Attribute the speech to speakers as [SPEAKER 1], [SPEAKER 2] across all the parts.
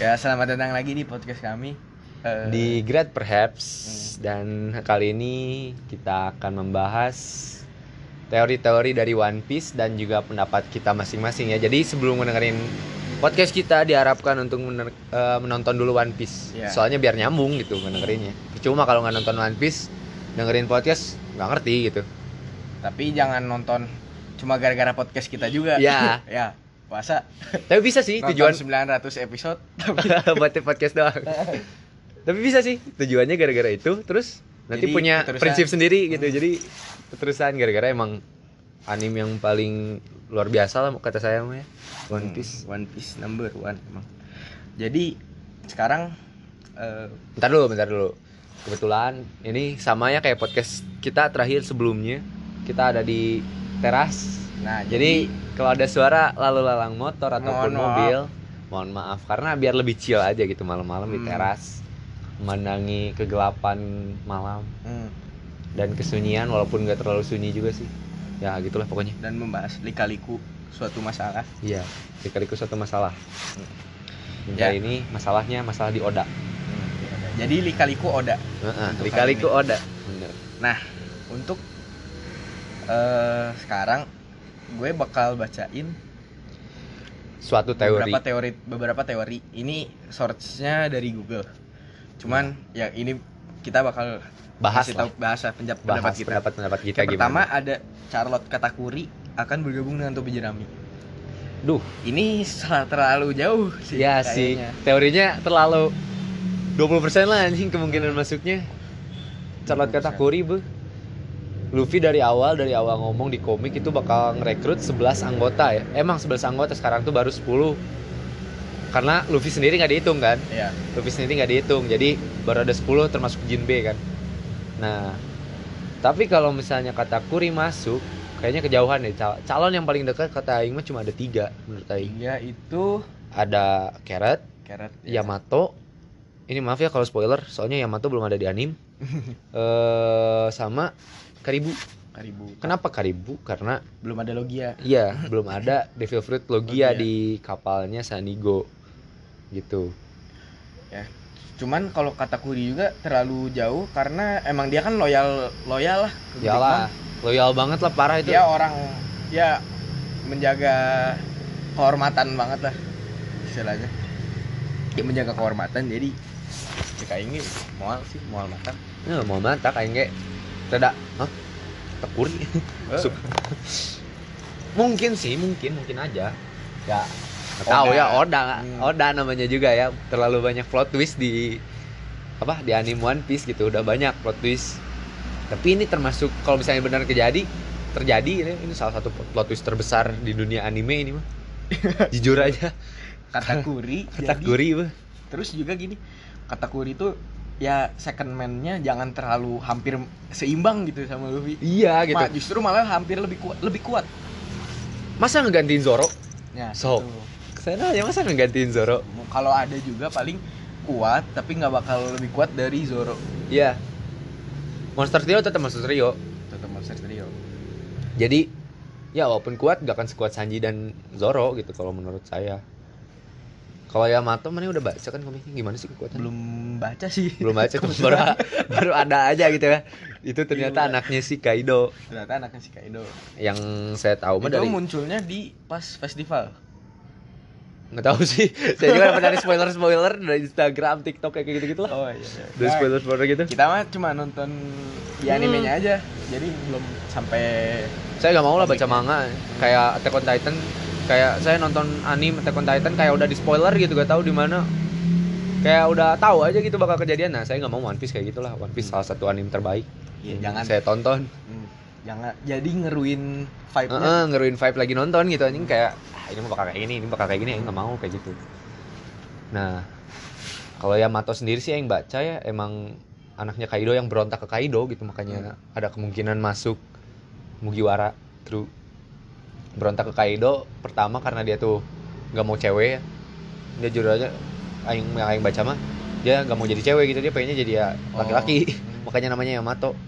[SPEAKER 1] Ya, selamat datang lagi di podcast kami. Eh,
[SPEAKER 2] di Grad Perhaps dan kali ini kita akan membahas teori-teori dari One Piece dan juga pendapat kita masing-masing ya. Jadi sebelum mendengarin podcast kita diharapkan untuk mener- eh, menonton dulu One Piece.
[SPEAKER 1] Iya.
[SPEAKER 2] Soalnya biar nyambung gitu mendengerinnya. Cuma kalau nggak nonton One Piece, dengerin podcast nggak ngerti gitu.
[SPEAKER 1] tapi jangan nonton cuma gara-gara podcast kita juga.
[SPEAKER 2] Iya.
[SPEAKER 1] ya, puasa.
[SPEAKER 2] Tapi bisa sih
[SPEAKER 1] Tujuan
[SPEAKER 2] tujuan
[SPEAKER 1] 900 episode.
[SPEAKER 2] buat podcast doang. Tapi bisa sih tujuannya gara-gara itu terus nanti
[SPEAKER 1] Jadi,
[SPEAKER 2] punya
[SPEAKER 1] keterusan. Hmm.
[SPEAKER 2] prinsip sendiri gitu. Jadi keterusan gara-gara emang anime yang paling luar biasa lah kata saya mah ya. One Piece.
[SPEAKER 1] Hmm, One Piece number one emang. Jadi sekarang eh,
[SPEAKER 2] Bentar dulu, bentar dulu. Kebetulan ini sama ya kayak podcast kita terakhir sebelumnya. Kita ada di teras.
[SPEAKER 1] nah
[SPEAKER 2] Jadi kalau ada suara lalu lalang motor ataupun
[SPEAKER 1] Mohon maaf.
[SPEAKER 2] mobil, mohon maaf karena biar lebih chill aja gitu malam-malam di
[SPEAKER 1] Hmm.
[SPEAKER 2] teras memandangi kegelapan malam.
[SPEAKER 1] hmm,
[SPEAKER 2] dan kesunyian walaupun nggak terlalu sunyi juga sih ya gitulah pokoknya
[SPEAKER 1] dan membahas lika-liku suatu masalah.
[SPEAKER 2] iya dikaliku satu masalah dan
[SPEAKER 1] Ya.
[SPEAKER 2] kali ini masalahnya masalah di Oda Hmm.
[SPEAKER 1] Jadi lika-liku Oda.
[SPEAKER 2] Heeh,
[SPEAKER 1] Untuk
[SPEAKER 2] dikaliku
[SPEAKER 1] kali
[SPEAKER 2] Oda bener
[SPEAKER 1] Nah, untuk eh, sekarang gue bakal bacain
[SPEAKER 2] suatu teori
[SPEAKER 1] beberapa teori beberapa teori ini source-nya dari Google cuman ya ini kita bakal
[SPEAKER 2] Hmm. bahas
[SPEAKER 1] kasih
[SPEAKER 2] lah
[SPEAKER 1] tahu bahasa penjap- pendapat
[SPEAKER 2] bahas
[SPEAKER 1] kita
[SPEAKER 2] pendapat pendapat kita
[SPEAKER 1] yang pertama
[SPEAKER 2] gimana
[SPEAKER 1] ada Charlotte Katakuri akan bergabung dengan Tobi Jerami
[SPEAKER 2] duh
[SPEAKER 1] ini sel- terlalu jauh Iya sih
[SPEAKER 2] ya sih
[SPEAKER 1] kayaknya.
[SPEAKER 2] teorinya terlalu 20% lah anjing kemungkinan masuknya Charlotte
[SPEAKER 1] 20%.
[SPEAKER 2] Katakuri bu Luffy dari awal dari awal ngomong di komik itu bakal ngerekrut 11 anggota ya emang 11 anggota sekarang tuh baru 10 karena Luffy sendiri nggak dihitung kan
[SPEAKER 1] ya
[SPEAKER 2] Luffy sendiri nggak dihitung jadi baru ada 10 termasuk Jinbe kan nah tapi kalau misalnya Katakuri masuk kayaknya kejauhan deh Cal- calon yang paling dekat kata Aing mah cuma ada tiga menurut Aing
[SPEAKER 1] hingga itu
[SPEAKER 2] ada Carrot
[SPEAKER 1] Carrot ya.
[SPEAKER 2] Iya, Yamato ini maaf ya kalau spoiler soalnya Yamato belum ada di anim eh sama Karibu
[SPEAKER 1] Karibu
[SPEAKER 2] kenapa Karibu karena
[SPEAKER 1] belum ada logia
[SPEAKER 2] iya belum ada Devil Fruit Logia
[SPEAKER 1] Logia.
[SPEAKER 2] di kapalnya Sanigo gitu
[SPEAKER 1] cuman kalau Katakuri juga terlalu jauh karena emang dia kan loyal loyal lah ke Big
[SPEAKER 2] iyalah
[SPEAKER 1] Mom.
[SPEAKER 2] loyal banget Iya. lah parah itu
[SPEAKER 1] dia orang ya menjaga kehormatan banget lah istilahnya dia menjaga kehormatan jadi jika ini mual sih mual makan
[SPEAKER 2] Ya, mau mata kayak tidak hah tekuri
[SPEAKER 1] Eh,
[SPEAKER 2] Suk. mungkin sih mungkin mungkin aja ya nggak tahu
[SPEAKER 1] Oda.
[SPEAKER 2] ya Oda
[SPEAKER 1] Hmm.
[SPEAKER 2] Oda namanya juga ya terlalu banyak plot twist di apa di anime One Piece gitu udah banyak plot twist tapi ini termasuk kalau misalnya benar kejadi terjadi ini, ini salah satu plot twist terbesar di dunia anime ini mah jujur aja
[SPEAKER 1] katakuri jadi,
[SPEAKER 2] kategori mah
[SPEAKER 1] terus juga gini katakuri itu ya second man-nya jangan terlalu hampir seimbang gitu sama Luffy
[SPEAKER 2] iya gitu
[SPEAKER 1] Ma- justru malah hampir lebih kuat lebih kuat
[SPEAKER 2] masa ngegantiin Zoro
[SPEAKER 1] ya
[SPEAKER 2] So.
[SPEAKER 1] gitu.
[SPEAKER 2] saya nanya masa ngegantiin Zoro
[SPEAKER 1] kalau ada juga paling kuat tapi nggak bakal lebih kuat dari Zoro
[SPEAKER 2] Iya. Monster Trio tetap Monster Trio.
[SPEAKER 1] tetap Monster Trio
[SPEAKER 2] Jadi ya walaupun kuat gak akan sekuat Sanji dan Zoro gitu kalau menurut saya. Kalau Yamato mana udah baca kan komiknya gimana sih kekuatan?
[SPEAKER 1] belum baca sih
[SPEAKER 2] Belum baca tuh baru baru ada aja gitu ya. Itu ternyata
[SPEAKER 1] Iya.
[SPEAKER 2] anaknya si Kaido
[SPEAKER 1] ternyata anaknya si Kaido
[SPEAKER 2] yang saya tahu mah
[SPEAKER 1] itu
[SPEAKER 2] dari
[SPEAKER 1] munculnya di pas festival
[SPEAKER 2] nggak tahu sih. saya juga dapat dari spoiler-spoiler dari Instagram, TikTok kayak gitu-gitu lah.
[SPEAKER 1] oh iya, iya.
[SPEAKER 2] Dari
[SPEAKER 1] Nah,
[SPEAKER 2] spoiler-spoiler gitu.
[SPEAKER 1] kita mah cuma nonton di
[SPEAKER 2] Hmm.
[SPEAKER 1] animenya aja jadi belum sampai
[SPEAKER 2] saya nggak mau lah baca
[SPEAKER 1] Komiknya.
[SPEAKER 2] manga kayak Attack on Titan kayak saya nonton anime Attack on Titan kayak udah di spoiler gitu gak tahu di mana kayak udah tahu aja gitu bakal kejadian nah saya nggak mau One Piece kayak gitulah One Piece salah satu anime terbaik
[SPEAKER 1] ya,
[SPEAKER 2] yang
[SPEAKER 1] jangan
[SPEAKER 2] saya tonton
[SPEAKER 1] Hmm, jangan jadi ngeruin vibe
[SPEAKER 2] Heeh,
[SPEAKER 1] nya
[SPEAKER 2] ngeruin vibe lagi nonton gitu anjing kayak ah, ini bakal kayak gini ini bakal kayak gini ya nggak mau kayak gitu nah kalau Yamato sendiri sih yang baca ya emang anaknya Kaido yang berontak ke Kaido gitu makanya ada kemungkinan masuk Mugiwara True berontak ke Kaido pertama karena dia tuh nggak mau cewek ya dia jujur aja aing yang aing baca mah dia nggak mau jadi cewek gitu dia pengennya jadi ya laki-laki
[SPEAKER 1] Oh.
[SPEAKER 2] makanya namanya Yamato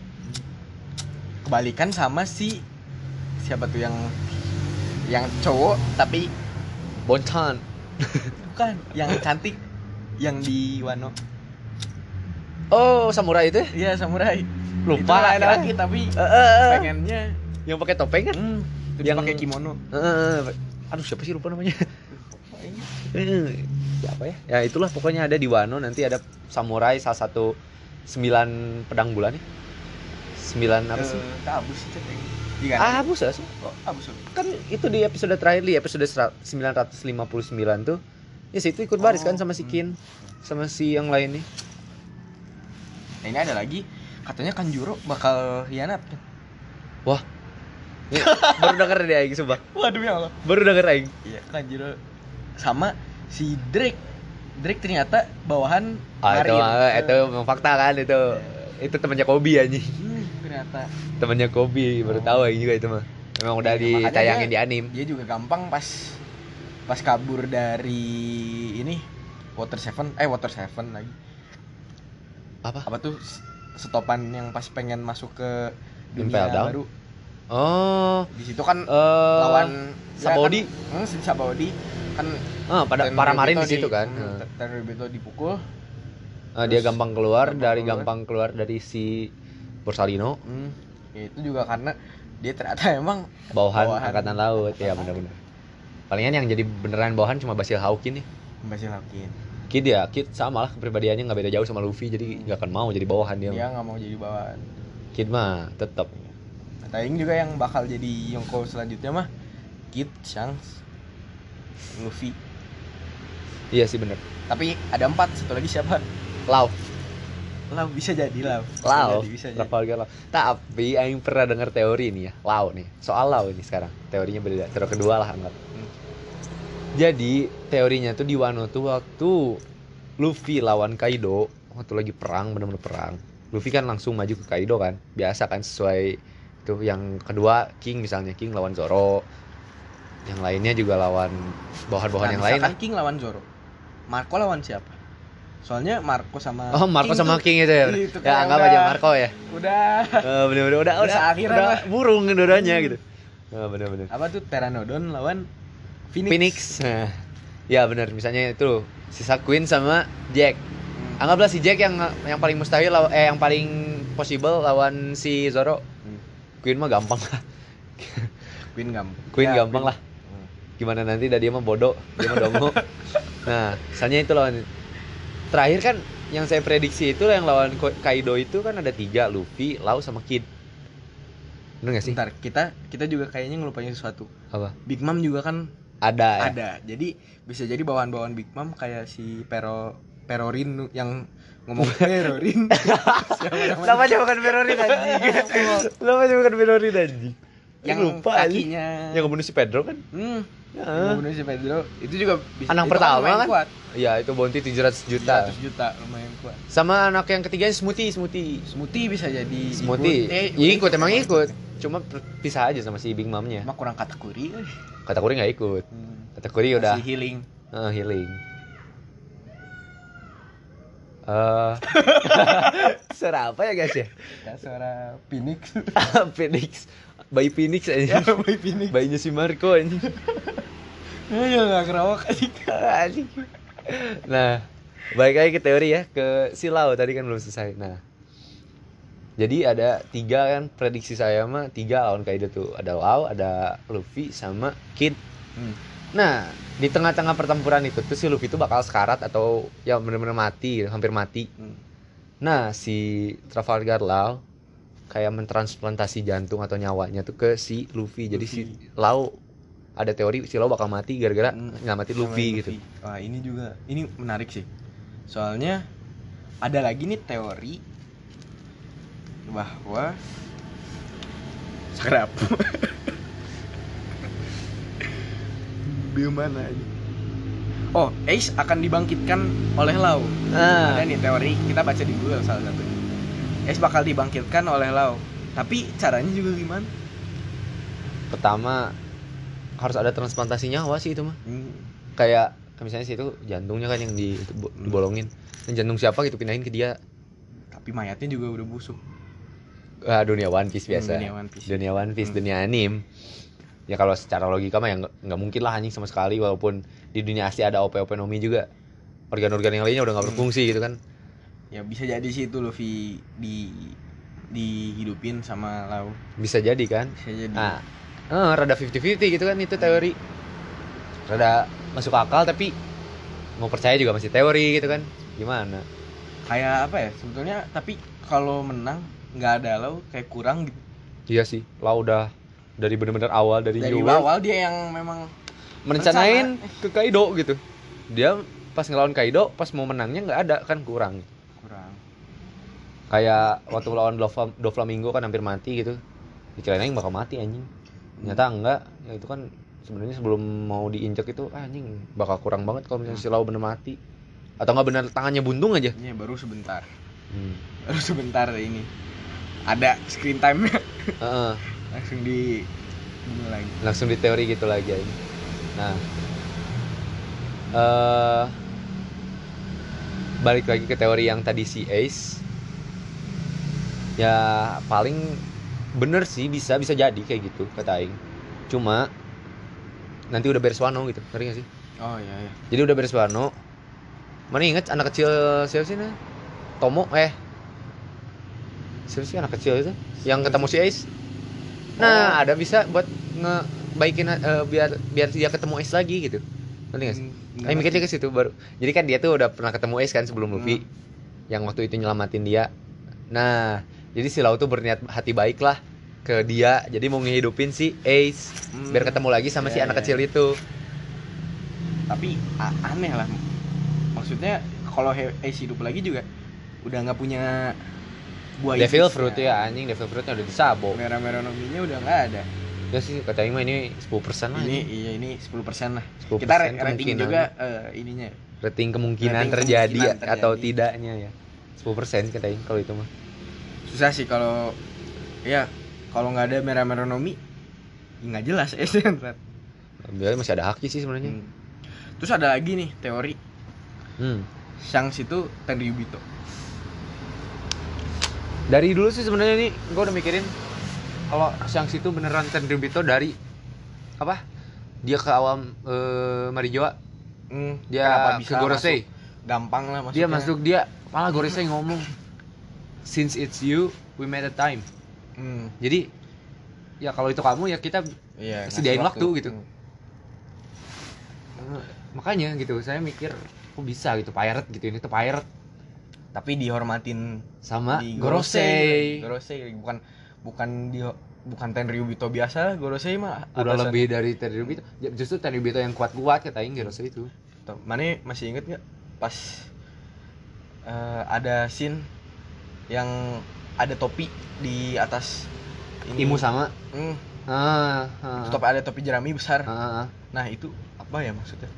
[SPEAKER 1] kebalikan sama si siapa tuh yang yang cowok tapi
[SPEAKER 2] Bonchan
[SPEAKER 1] bukan yang cantik yang di Wano
[SPEAKER 2] Oh, samurai itu? ya?
[SPEAKER 1] iya samurai itu
[SPEAKER 2] Lupa
[SPEAKER 1] laki-laki tapi
[SPEAKER 2] Eh, eh, eh.
[SPEAKER 1] pengennya
[SPEAKER 2] Yang pakai topeng kan?
[SPEAKER 1] hmm,
[SPEAKER 2] Yang-
[SPEAKER 1] yang pakai kimono Oh,
[SPEAKER 2] Eh, eh, eh. aduh siapa sih lupa namanya?
[SPEAKER 1] iya.
[SPEAKER 2] Eh, siapa ya? Ya itulah pokoknya ada di Wano nanti ada samurai salah satu sembilan pedang bulan ya. Sembilan apa sih?
[SPEAKER 1] Eh, abus itu Ceng. Iya kan?
[SPEAKER 2] Ah, abus ya sih.
[SPEAKER 1] Oh, abus. Ul.
[SPEAKER 2] Kan itu di episode terakhir di episode serat- 959 tuh. Ya situ ikut baris
[SPEAKER 1] Oh,
[SPEAKER 2] kan sama si
[SPEAKER 1] hmm.
[SPEAKER 2] Kin sama si yang lain nih.
[SPEAKER 1] Nah, ini ada lagi katanya Kanjuro bakal hianat kan?
[SPEAKER 2] Ini baru denger deh aing sumpah.
[SPEAKER 1] Waduh ya Allah.
[SPEAKER 2] Baru denger aing.
[SPEAKER 1] Iya, Kanjuro sama si Drake. Drake ternyata bawahan Eh,
[SPEAKER 2] Ah, itu,
[SPEAKER 1] Marin.
[SPEAKER 2] itu memang fakta kan itu. Itu temannya Kobe anjing.
[SPEAKER 1] Hmm, ternyata
[SPEAKER 2] Temannya Kobe baru tahu aing juga itu mah. Memang
[SPEAKER 1] Iya,
[SPEAKER 2] udah
[SPEAKER 1] makanya
[SPEAKER 2] ditayangin
[SPEAKER 1] dia-
[SPEAKER 2] di anime.
[SPEAKER 1] dia juga gampang pas pas kabur dari ini Water Seven, eh Water Seven lagi.
[SPEAKER 2] Apa?
[SPEAKER 1] Apa tuh s- stopan yang pas pengen masuk ke dunia
[SPEAKER 2] Impel Down?
[SPEAKER 1] baru.
[SPEAKER 2] Oh,
[SPEAKER 1] Di situ kan
[SPEAKER 2] eh
[SPEAKER 1] lawan ya
[SPEAKER 2] Sabaody.
[SPEAKER 1] Kan, hmm, si Sabaody kan
[SPEAKER 2] eh, pada
[SPEAKER 1] Tenryubito
[SPEAKER 2] para marin di situ kan.
[SPEAKER 1] hmm,
[SPEAKER 2] Eh,
[SPEAKER 1] Tenryubito dipukul.
[SPEAKER 2] eh, dia
[SPEAKER 1] terus
[SPEAKER 2] gampang keluar
[SPEAKER 1] gampang
[SPEAKER 2] dari
[SPEAKER 1] keluar.
[SPEAKER 2] gampang keluar dari si Borsalino,
[SPEAKER 1] Hmm, ya itu juga karena dia ternyata emang
[SPEAKER 2] bawahan,
[SPEAKER 1] Bawahan.
[SPEAKER 2] angkatan laut ya benar-benar. Palingan yang jadi beneran bawahan cuma Basil Hawkin nih.
[SPEAKER 1] masih lakuin.
[SPEAKER 2] Kid ya, Kid sama lah kepribadiannya nggak beda jauh sama Luffy jadi nggak akan mau jadi bawahan dia.
[SPEAKER 1] Dia nggak mau jadi bawahan.
[SPEAKER 2] Kid mah tetap
[SPEAKER 1] Kata Aing juga yang bakal jadi Yonko selanjutnya mah Kid, Shanks, Luffy.
[SPEAKER 2] iya sih bener.
[SPEAKER 1] Tapi ada empat, satu lagi siapa?
[SPEAKER 2] Lau,
[SPEAKER 1] Lau bisa jadi Lau. Bisa
[SPEAKER 2] Lau,
[SPEAKER 1] jadi, Bisa jadi.
[SPEAKER 2] Trafalgar Lau. Tapi Aing pernah dengar teori ini ya, Lau nih. Soal Lau ini sekarang, teorinya beda. Teori kedua lah anggap.
[SPEAKER 1] Hmm.
[SPEAKER 2] Jadi teorinya tuh di Wano tuh waktu Luffy lawan Kaido waktu lagi perang bener-bener perang. Luffy kan langsung maju ke Kaido kan, biasa kan sesuai tuh yang kedua King misalnya King lawan Zoro, yang lainnya juga lawan
[SPEAKER 1] Nah,
[SPEAKER 2] bawahan-bawahan yang lain ah?
[SPEAKER 1] misalkan
[SPEAKER 2] lah.
[SPEAKER 1] King lawan Zoro. Marco lawan siapa? Soalnya Marco sama
[SPEAKER 2] Oh Marco sama
[SPEAKER 1] tuh
[SPEAKER 2] King itu ya,
[SPEAKER 1] Itu
[SPEAKER 2] ya
[SPEAKER 1] kan
[SPEAKER 2] anggap
[SPEAKER 1] udah.
[SPEAKER 2] aja Marco ya.
[SPEAKER 1] Udah
[SPEAKER 2] Eh, bener-bener udah
[SPEAKER 1] Udah
[SPEAKER 2] udah,
[SPEAKER 1] seakhiran
[SPEAKER 2] udah
[SPEAKER 1] Ya, lah.
[SPEAKER 2] burung dua-duanya
[SPEAKER 1] Hmm.
[SPEAKER 2] gitu. Eh, bener-bener.
[SPEAKER 1] apa tuh Pteranodon lawan Phoenix.
[SPEAKER 2] Phoenix. Nah, ya bener misalnya itu sisa Queen sama Jack.
[SPEAKER 1] Hmm.
[SPEAKER 2] anggaplah si Jack yang yang paling mustahil law- eh yang paling possible lawan si Zoro
[SPEAKER 1] Hmm.
[SPEAKER 2] Queen mah gampang lah
[SPEAKER 1] Queen gampang.
[SPEAKER 2] Queen
[SPEAKER 1] Ya,
[SPEAKER 2] gampang lah
[SPEAKER 1] Hmm.
[SPEAKER 2] gimana nanti dah dia mah bodoh dia mah dongo nah misalnya itu lawan terakhir kan yang saya prediksi itu yang lawan Ko- Kaido itu kan ada tiga Luffy Lau sama Kid bener gak Iya sih
[SPEAKER 1] Bentar, kita kita juga kayaknya ngelupain sesuatu.
[SPEAKER 2] apa
[SPEAKER 1] Big Mom juga kan
[SPEAKER 2] ada ya?
[SPEAKER 1] ada. Jadi bisa jadi bawahan-bawahan Big Mom kayak si Pero Perorin yang ngomong Perorin. Siapa namanya?
[SPEAKER 2] namanya bukan Berorin anjing namanya bukan Berorin anjing
[SPEAKER 1] yang
[SPEAKER 2] lupa anjing.
[SPEAKER 1] kakinya.
[SPEAKER 2] yang kebunuh si Pedro kan
[SPEAKER 1] Hmm, yang
[SPEAKER 2] Heeh.
[SPEAKER 1] ngebunuh si Pedro. Itu juga bisa.
[SPEAKER 2] Anak
[SPEAKER 1] itu
[SPEAKER 2] pertama
[SPEAKER 1] lumayan
[SPEAKER 2] kan?
[SPEAKER 1] Kuat.
[SPEAKER 2] Iya itu bounty 700 juta
[SPEAKER 1] 100 juta lumayan kuat.
[SPEAKER 2] sama anak yang ketiga smoothie smoothie
[SPEAKER 1] Smoothie bisa jadi
[SPEAKER 2] smoothie
[SPEAKER 1] ikut. Eh,
[SPEAKER 2] Ya, ikut emang ikut cuma per- pisah aja sama si Big Momnya
[SPEAKER 1] Cuma kurang kategori. Eh.
[SPEAKER 2] kata Kuri nggak ikut
[SPEAKER 1] Hmm.
[SPEAKER 2] kata Kuri Iya, udah
[SPEAKER 1] Masih healing.
[SPEAKER 2] eh, healing eh suara apa ya guys ya
[SPEAKER 1] Ya, suara Phoenix.
[SPEAKER 2] Phoenix bayi Phoenix
[SPEAKER 1] ya,
[SPEAKER 2] aja
[SPEAKER 1] boy Phoenix.
[SPEAKER 2] bayinya si Marco aja
[SPEAKER 1] Ya,
[SPEAKER 2] Iya.
[SPEAKER 1] nggak kerawak anjing.
[SPEAKER 2] Anjing. nah, balik lagi ke teori ya, ke silau tadi kan belum selesai. Nah, jadi ada tiga kan prediksi saya mah tiga lawan Kaido tuh ada Lau, ada Luffy sama Kid.
[SPEAKER 1] Hmm.
[SPEAKER 2] Nah, di tengah-tengah pertempuran itu tuh si Luffy tuh bakal sekarat atau ya bener-bener mati, gitu, hampir mati.
[SPEAKER 1] Hmm.
[SPEAKER 2] Nah, si Trafalgar Lau kayak mentransplantasi jantung atau nyawanya tuh ke si Luffy. Jadi si Lau ada teori si Lau bakal mati gara-gara
[SPEAKER 1] Hmm.
[SPEAKER 2] nyelamatin
[SPEAKER 1] Sama
[SPEAKER 2] Luffy gitu.
[SPEAKER 1] Wah, ini juga ini menarik sih. Soalnya ada lagi nih teori bahwa serap. Gimana ini? Oh, Ace akan dibangkitkan oleh Lau.
[SPEAKER 2] Ah.
[SPEAKER 1] Ada nih teori, kita baca di Google salah satu. Ace bakal dibangkitkan oleh Lau. Tapi caranya juga gimana?
[SPEAKER 2] pertama harus ada transplantasi nyawa sih itu mah
[SPEAKER 1] Hmm.
[SPEAKER 2] kayak misalnya situ jantungnya kan yang di, bo- dibolongin Dan jantung siapa gitu pindahin ke dia
[SPEAKER 1] Tapi mayatnya juga udah busuk.
[SPEAKER 2] ah, dunia one piece biasa
[SPEAKER 1] Dunia One Piece.
[SPEAKER 2] dunia one piece
[SPEAKER 1] Hmm.
[SPEAKER 2] dunia anim ya kalau secara logika mah yang nggak mungkin lah anjing sama sekali walaupun di dunia asli ada op op nomi juga organ-organ yang lainnya udah
[SPEAKER 1] Hmm.
[SPEAKER 2] nggak berfungsi gitu kan
[SPEAKER 1] ya bisa jadi sih itu Luffy di dihidupin sama Lau
[SPEAKER 2] bisa jadi kan
[SPEAKER 1] bisa jadi
[SPEAKER 2] nah eh, rada 50-50 gitu kan itu teori rada masuk akal tapi mau percaya juga masih teori gitu kan gimana
[SPEAKER 1] kayak apa ya sebetulnya tapi kalau menang nggak ada Lau kayak kurang gitu
[SPEAKER 2] iya sih lah udah dari bener-bener awal dari,
[SPEAKER 1] dari
[SPEAKER 2] New World,
[SPEAKER 1] awal dia yang memang
[SPEAKER 2] merencanain ke Kaido gitu dia pas ngelawan Kaido pas mau menangnya nggak ada kan kurang
[SPEAKER 1] kurang
[SPEAKER 2] kayak waktu lawan Dofla- Doflamingo kan hampir mati gitu dikirain aing bakal mati anjing ternyata enggak ya itu kan sebenarnya sebelum mau diinjek itu ah, anjing bakal kurang banget kalau misalnya si Lau bener mati atau nggak bener tangannya buntung aja
[SPEAKER 1] Iya baru sebentar baru sebentar ini ada screen time
[SPEAKER 2] Heeh,
[SPEAKER 1] langsung di bunuh lagi
[SPEAKER 2] langsung di teori gitu lagi aja nah eh balik lagi ke teori yang tadi si Ace ya paling bener sih bisa bisa jadi kayak gitu kata Aing cuma nanti udah beres Wano gitu ngerti gak sih
[SPEAKER 1] oh iya iya
[SPEAKER 2] jadi udah beres Wano mana inget anak kecil siapa sih nah? Tomo eh siapa sih anak kecil itu yang ketemu si Ace
[SPEAKER 1] Oh.
[SPEAKER 2] nah ada bisa buat ngebaikin eh, biar biar dia ketemu Ace lagi gitu ngerti gak sih
[SPEAKER 1] Hmm,
[SPEAKER 2] Eh mikirnya ke situ baru. Jadi kan dia tuh udah pernah ketemu Ace kan sebelum Luffy yang waktu itu nyelamatin dia. Nah, jadi si Lau tuh berniat hati baik lah ke dia. Jadi mau ngehidupin si Ace
[SPEAKER 1] Hmm,
[SPEAKER 2] biar ketemu lagi sama si
[SPEAKER 1] Iya,
[SPEAKER 2] anak
[SPEAKER 1] iya.
[SPEAKER 2] kecil itu.
[SPEAKER 1] tapi a- aneh lah maksudnya kalau he- Ace hidup lagi juga udah nggak punya buah
[SPEAKER 2] Devil
[SPEAKER 1] ibisnya.
[SPEAKER 2] Fruit ya anjing, Devil Fruitnya udah disabo.
[SPEAKER 1] merah-merah nominya udah nggak ada
[SPEAKER 2] Ya sih kata Aing mah ini 10%
[SPEAKER 1] ini
[SPEAKER 2] lah. Ini
[SPEAKER 1] iya ini 10% lah
[SPEAKER 2] 10%
[SPEAKER 1] kita ra- rating
[SPEAKER 2] kemungkinan.
[SPEAKER 1] juga eh, ininya
[SPEAKER 2] rating kemungkinan
[SPEAKER 1] Rating
[SPEAKER 2] terjadi
[SPEAKER 1] kemungkinan
[SPEAKER 2] atau
[SPEAKER 1] terjadi.
[SPEAKER 2] tidaknya ya. 10% kata Aing kalau itu mah.
[SPEAKER 1] susah sih kalau ya kalau nggak ada merah-merah nomi ya nggak jelas Ace ntar.
[SPEAKER 2] Biar masih ada haki sih sebenarnya.
[SPEAKER 1] Hmm. terus ada lagi nih teori
[SPEAKER 2] Hmm.
[SPEAKER 1] Shanks itu Tenryubito
[SPEAKER 2] dari dulu sih sebenarnya nih gue udah mikirin kalau Shanks itu beneran Tenryubito dari apa dia ke awam eh, Marijoa
[SPEAKER 1] Hmm,
[SPEAKER 2] dia
[SPEAKER 1] kenapa
[SPEAKER 2] ke Gorosei
[SPEAKER 1] masuk? gampang lah maksudnya
[SPEAKER 2] dia masuk dia malah Gorosei ngomong since it's you we made a time
[SPEAKER 1] Hmm,
[SPEAKER 2] jadi ya kalau itu kamu ya kita
[SPEAKER 1] iya,
[SPEAKER 2] Sediain
[SPEAKER 1] ngasih
[SPEAKER 2] waktu gitu. makanya gitu saya mikir kok bisa gitu pirate gitu ini tuh pirate
[SPEAKER 1] tapi dihormatin
[SPEAKER 2] sama
[SPEAKER 1] di
[SPEAKER 2] Gorosei
[SPEAKER 1] Gorosei bukan bukan di bukan Tenryubito biasa Gorosei mah
[SPEAKER 2] udah
[SPEAKER 1] atasan.
[SPEAKER 2] lebih dari Tenryubito ya, justru Tenryubito yang kuat-kuat katain Gorosei itu
[SPEAKER 1] Tuh, Mane masih inget nggak pas eh, ada scene yang ada topi di atas ini
[SPEAKER 2] Imu sama
[SPEAKER 1] Hmm,
[SPEAKER 2] ah,
[SPEAKER 1] terus
[SPEAKER 2] ah,
[SPEAKER 1] topi ada topi jerami besar.
[SPEAKER 2] ah, ah.
[SPEAKER 1] Nah, itu apa ya maksudnya?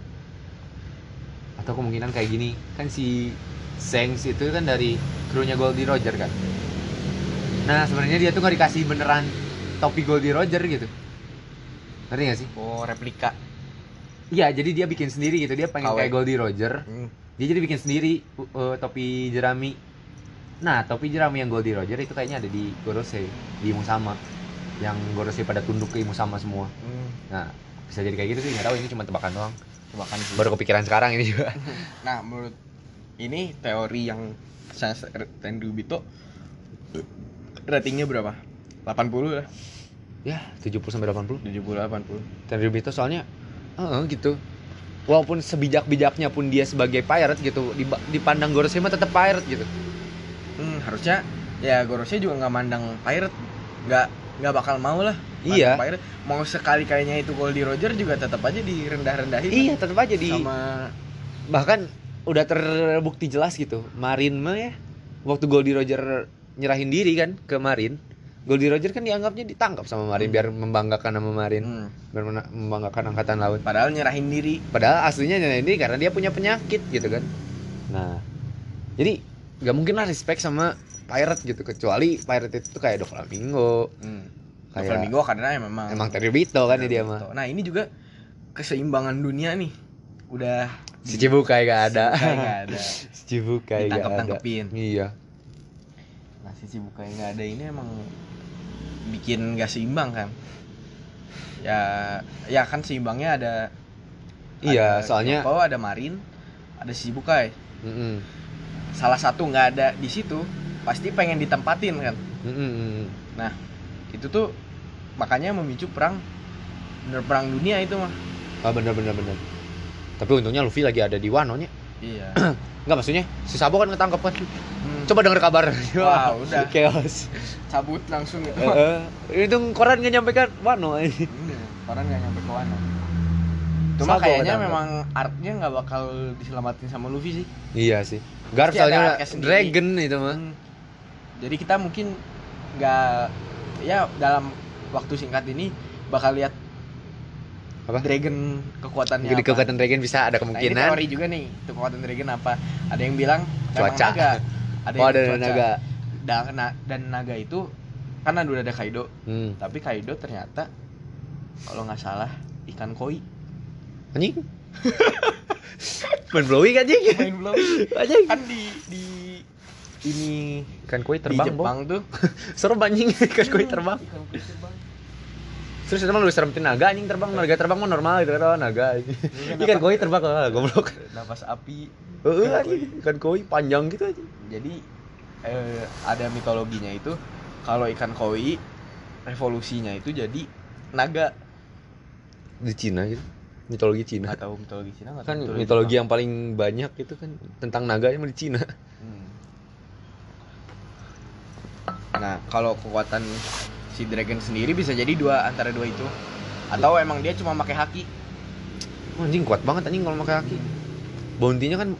[SPEAKER 2] atau kemungkinan kayak gini kan si Sengs itu kan dari krunya Goldie Roger kan nah sebenarnya dia tuh nggak dikasih beneran topi Goldie Roger gitu ngerti gak sih
[SPEAKER 1] Oh, replika.
[SPEAKER 2] iya jadi dia bikin sendiri gitu dia pengen
[SPEAKER 1] Kawet.
[SPEAKER 2] kayak Goldie Roger
[SPEAKER 1] Hmm,
[SPEAKER 2] dia jadi bikin sendiri u- eh, topi jerami nah topi jerami yang Goldie Roger itu kayaknya ada di Gorosei di Musama yang Gorosei pada tunduk ke Musama semua
[SPEAKER 1] hmm,
[SPEAKER 2] nah bisa jadi kayak gitu sih nggak tahu ini cuma tebakan doang
[SPEAKER 1] tebakan kan sih.
[SPEAKER 2] baru kepikiran sekarang ini juga
[SPEAKER 1] Nah, menurut ini teori yang Sans Tenryubito ratingnya berapa? 80 lah.
[SPEAKER 2] ya 70 sampai 80
[SPEAKER 1] 70 80.
[SPEAKER 2] Tenryubito soalnya eh, gitu walaupun sebijak-bijaknya pun dia sebagai pirate gitu diba- dipandang Gorosei mah tetap pirate gitu
[SPEAKER 1] Hmm, harusnya ya Gorosei juga nggak mandang pirate, nggak nggak bakal mau lah. mandang
[SPEAKER 2] Iya.
[SPEAKER 1] Pirate. Mau sekali kalinya itu Goldie Roger juga tetap aja direndah-rendahin.
[SPEAKER 2] iya tetap aja di
[SPEAKER 1] Sama
[SPEAKER 2] bahkan udah terbukti jelas gitu Marin mah ya waktu Goldie Roger nyerahin diri kan ke Marin Goldie Roger kan dianggapnya ditangkap sama Marin
[SPEAKER 1] Hmm.
[SPEAKER 2] biar membanggakan sama Marin
[SPEAKER 1] Hmm,
[SPEAKER 2] biar mena- membanggakan angkatan laut
[SPEAKER 1] padahal nyerahin diri.
[SPEAKER 2] padahal aslinya nyalain diri karena dia punya penyakit gitu kan nah jadi nggak mungkin lah respect sama pirate gitu kecuali pirate itu tuh kayak Doflamingo
[SPEAKER 1] Hmm.
[SPEAKER 2] Kayak-
[SPEAKER 1] Flamingo karena ya memang
[SPEAKER 2] emang Tenryubito kan ya dia mah
[SPEAKER 1] Nah, ini juga keseimbangan dunia nih. Udah
[SPEAKER 2] si Cibukai gak
[SPEAKER 1] Cibukai
[SPEAKER 2] ada
[SPEAKER 1] nggak ada.
[SPEAKER 2] si Cibukai gak ada
[SPEAKER 1] ditangkap-tangkepin.
[SPEAKER 2] iya
[SPEAKER 1] Nah, si Cibukai nggak ada ini emang bikin nggak seimbang kan. Ya, ya kan seimbangnya ada ada
[SPEAKER 2] iya soalnya
[SPEAKER 1] Yoko, ada Marin, ada ada Shichibukai
[SPEAKER 2] Mm-mm.
[SPEAKER 1] salah satu nggak ada di situ pasti pengen ditempatin kan
[SPEAKER 2] Mm-mm, mm-mm.
[SPEAKER 1] Nah, itu tuh makanya memicu perang bener perang dunia itu mah
[SPEAKER 2] Ah bener bener bener. Tapi untungnya Luffy lagi ada di Wano nya.
[SPEAKER 1] iya
[SPEAKER 2] Enggak maksudnya si Sabo kan ketangkep kan.
[SPEAKER 1] Hmm,
[SPEAKER 2] Coba denger kabar.
[SPEAKER 1] Wah, udah.
[SPEAKER 2] Chaos.
[SPEAKER 1] cabut langsung ya. itu mah.
[SPEAKER 2] Heeh. itu koran nggak nyampe kan Wano.
[SPEAKER 1] Iya, orang nggak nyampe ke Wano cuma
[SPEAKER 2] Sabo
[SPEAKER 1] kayaknya
[SPEAKER 2] kadang-kadang.
[SPEAKER 1] memang artnya nggak bakal diselamatin sama Luffy sih
[SPEAKER 2] iya sih.
[SPEAKER 1] Pasti ada
[SPEAKER 2] Garvelnya
[SPEAKER 1] arcade sendiri.
[SPEAKER 2] Dragon itu mah.
[SPEAKER 1] Hmm. jadi kita mungkin nggak ya dalam waktu singkat ini bakal lihat
[SPEAKER 2] Apa?
[SPEAKER 1] Hmm. dragon kekuatannya
[SPEAKER 2] Jadi
[SPEAKER 1] apa.
[SPEAKER 2] kekuatan Dragon
[SPEAKER 1] Nah,
[SPEAKER 2] bisa ada
[SPEAKER 1] ini
[SPEAKER 2] kemungkinan.
[SPEAKER 1] teori juga nih, tuh kekuatan dragon apa? Ada yang bilang memang
[SPEAKER 2] Cuaca.
[SPEAKER 1] naga. Ada
[SPEAKER 2] oh ada
[SPEAKER 1] cuaca.
[SPEAKER 2] naga.
[SPEAKER 1] Dan, na- dan naga itu karena udah ada Kaido,
[SPEAKER 2] Hmm.
[SPEAKER 1] tapi Kaido ternyata kalau nggak salah ikan koi.
[SPEAKER 2] Anjing. Main blowing anjing.
[SPEAKER 1] Main belum?
[SPEAKER 2] Anjing.
[SPEAKER 1] kan di di ini
[SPEAKER 2] Ikan koi
[SPEAKER 1] di
[SPEAKER 2] terbang, Bo.
[SPEAKER 1] Jepang tuh
[SPEAKER 2] Serem anjing ikan koi terbang.
[SPEAKER 1] Ikan koi terbang.
[SPEAKER 2] Terus emang lu serem naga anjing terbang, naga terbang mah normal gitu kan oh, naga.
[SPEAKER 1] Iya,
[SPEAKER 2] Ikan koi terbang ah, goblok.
[SPEAKER 1] Napas api.
[SPEAKER 2] Heeh anjing, ikan koi panjang gitu anjing.
[SPEAKER 1] Jadi eh, ada mitologinya itu kalau ikan koi revolusinya itu jadi naga
[SPEAKER 2] Di Cina gitu. Mitologi Cina.
[SPEAKER 1] nggak tahu mitologi Cina nggak tahu
[SPEAKER 2] Nah. Kan mitologi yang paling banyak itu kan tentang naga yang di Cina.
[SPEAKER 1] Jepang. Hmm. nah kalau kekuatan si dragon sendiri bisa jadi dua antara dua itu atau emang dia cuma pakai haki
[SPEAKER 2] Oh, anjing kuat banget anjing kalau pakai kaki. Bounty-nya kan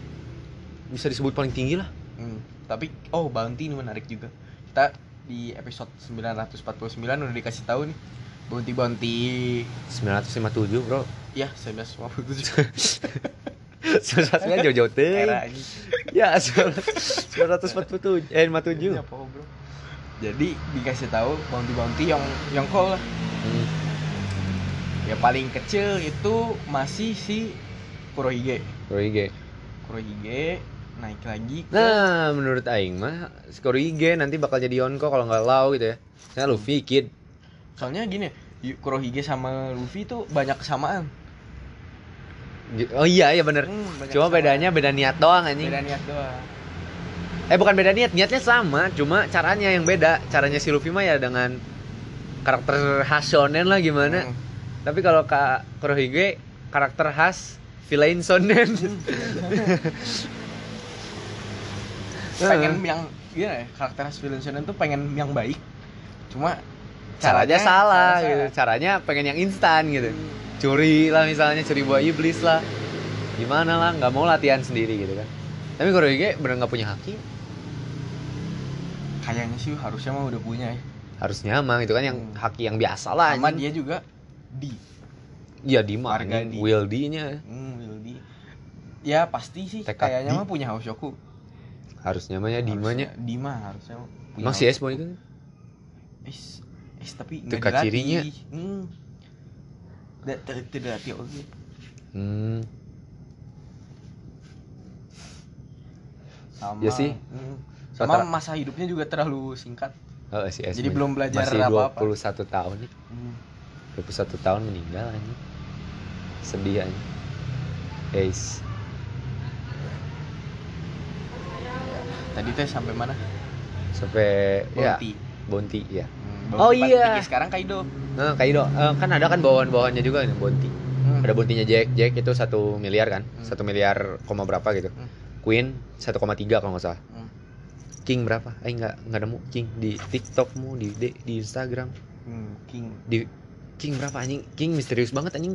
[SPEAKER 2] bisa disebut paling tinggi lah.
[SPEAKER 1] Hmm. tapi oh bounty ini menarik juga kita di episode 949 udah dikasih tahu nih bounty bounty
[SPEAKER 2] 957, Bro.
[SPEAKER 1] ya 1957
[SPEAKER 2] Sebenarnya jauh-jauh
[SPEAKER 1] era
[SPEAKER 2] teh.
[SPEAKER 1] ini
[SPEAKER 2] Ya, 947 eh 57.
[SPEAKER 1] Ini Iya, apa, bro? jadi dikasih tahu bounty bounty yang yang call lah
[SPEAKER 2] Hmm.
[SPEAKER 1] ya paling kecil itu masih si Kurohige
[SPEAKER 2] Roige.
[SPEAKER 1] Kurohige naik lagi ke
[SPEAKER 2] Nah, menurut Aing mah Skorige nanti bakal jadi Yonko kalau nggak Lau gitu ya. Saya Luffy, Kid.
[SPEAKER 1] soalnya gini y- Kurohige sama Luffy tuh banyak kesamaan
[SPEAKER 2] J- Oh iya, iya bener.
[SPEAKER 1] Hmm, banyak
[SPEAKER 2] Cuma
[SPEAKER 1] kesamaan.
[SPEAKER 2] bedanya beda niat doang anjing.
[SPEAKER 1] beda niat doang
[SPEAKER 2] Eh bukan beda niat, niatnya sama, cuma caranya yang beda. Caranya si Luffy mah ya dengan karakter khas shonen lah gimana.
[SPEAKER 1] Hmm.
[SPEAKER 2] Tapi kalau Kak Kurohige karakter khas villain shonen. Nah.
[SPEAKER 1] pengen yang iya ya, karakter khas villain shonen tuh pengen yang baik cuma
[SPEAKER 2] caranya salah
[SPEAKER 1] cara-
[SPEAKER 2] gitu. Caranya pengen yang instan gitu.
[SPEAKER 1] Hmm.
[SPEAKER 2] curi lah misalnya curi buah iblis lah gimana lah nggak mau latihan sendiri gitu kan tapi Kurohige bener nggak punya haki
[SPEAKER 1] kayaknya sih harusnya mah udah punya ya
[SPEAKER 2] harusnya mah gitu kan yang
[SPEAKER 1] Hmm.
[SPEAKER 2] haki yang biasa lah
[SPEAKER 1] sama
[SPEAKER 2] anjing.
[SPEAKER 1] dia juga di
[SPEAKER 2] iya di mah
[SPEAKER 1] Warga
[SPEAKER 2] anjing.
[SPEAKER 1] di.
[SPEAKER 2] Wildy nya
[SPEAKER 1] hmm, Wildy ya pasti sih
[SPEAKER 2] Tekad
[SPEAKER 1] kayaknya
[SPEAKER 2] di.
[SPEAKER 1] mah punya Hoshoku
[SPEAKER 2] harusnya mah ya Dima nya
[SPEAKER 1] Harusnya- Dima harusnya ya, punya
[SPEAKER 2] emang si
[SPEAKER 1] Hoshoku.
[SPEAKER 2] S mau itu
[SPEAKER 1] Is, is tapi
[SPEAKER 2] Itu
[SPEAKER 1] nggak dilatih.
[SPEAKER 2] kacirinya.
[SPEAKER 1] Hmm. Nggak- Tidak tidak dilatih oke.
[SPEAKER 2] hmm
[SPEAKER 1] Sama.
[SPEAKER 2] Iya sih.
[SPEAKER 1] hmm. Sama
[SPEAKER 2] Rata-
[SPEAKER 1] masa hidupnya juga terlalu singkat.
[SPEAKER 2] oh, si S
[SPEAKER 1] Jadi
[SPEAKER 2] mah.
[SPEAKER 1] belum belajar
[SPEAKER 2] masih
[SPEAKER 1] apa-apa.
[SPEAKER 2] 21 tahun nih
[SPEAKER 1] Hmm.
[SPEAKER 2] 21 tahun meninggal anjing sedih anjing Ace
[SPEAKER 1] Tadi teh sampai mana?
[SPEAKER 2] sampai ya
[SPEAKER 1] Bounty.
[SPEAKER 2] Bonti ya
[SPEAKER 1] Iya. Hmm,
[SPEAKER 2] Oh,
[SPEAKER 1] paling
[SPEAKER 2] iya.
[SPEAKER 1] tinggi sekarang Kaido.
[SPEAKER 2] Eh, Kaido Eh, kan ada kan bawaan-bawaannya juga nih Bonti
[SPEAKER 1] Hmm.
[SPEAKER 2] ada buntinya Jack Jack itu satu miliar kan
[SPEAKER 1] Hmm.
[SPEAKER 2] satu miliar koma berapa gitu
[SPEAKER 1] Hmm.
[SPEAKER 2] Queen 1,3 kalau nggak salah
[SPEAKER 1] Hmm.
[SPEAKER 2] King berapa eh nggak nggak nemu King di TikTokmu di di di Instagram
[SPEAKER 1] Hmm, King.
[SPEAKER 2] di King berapa anjing King misterius banget anjing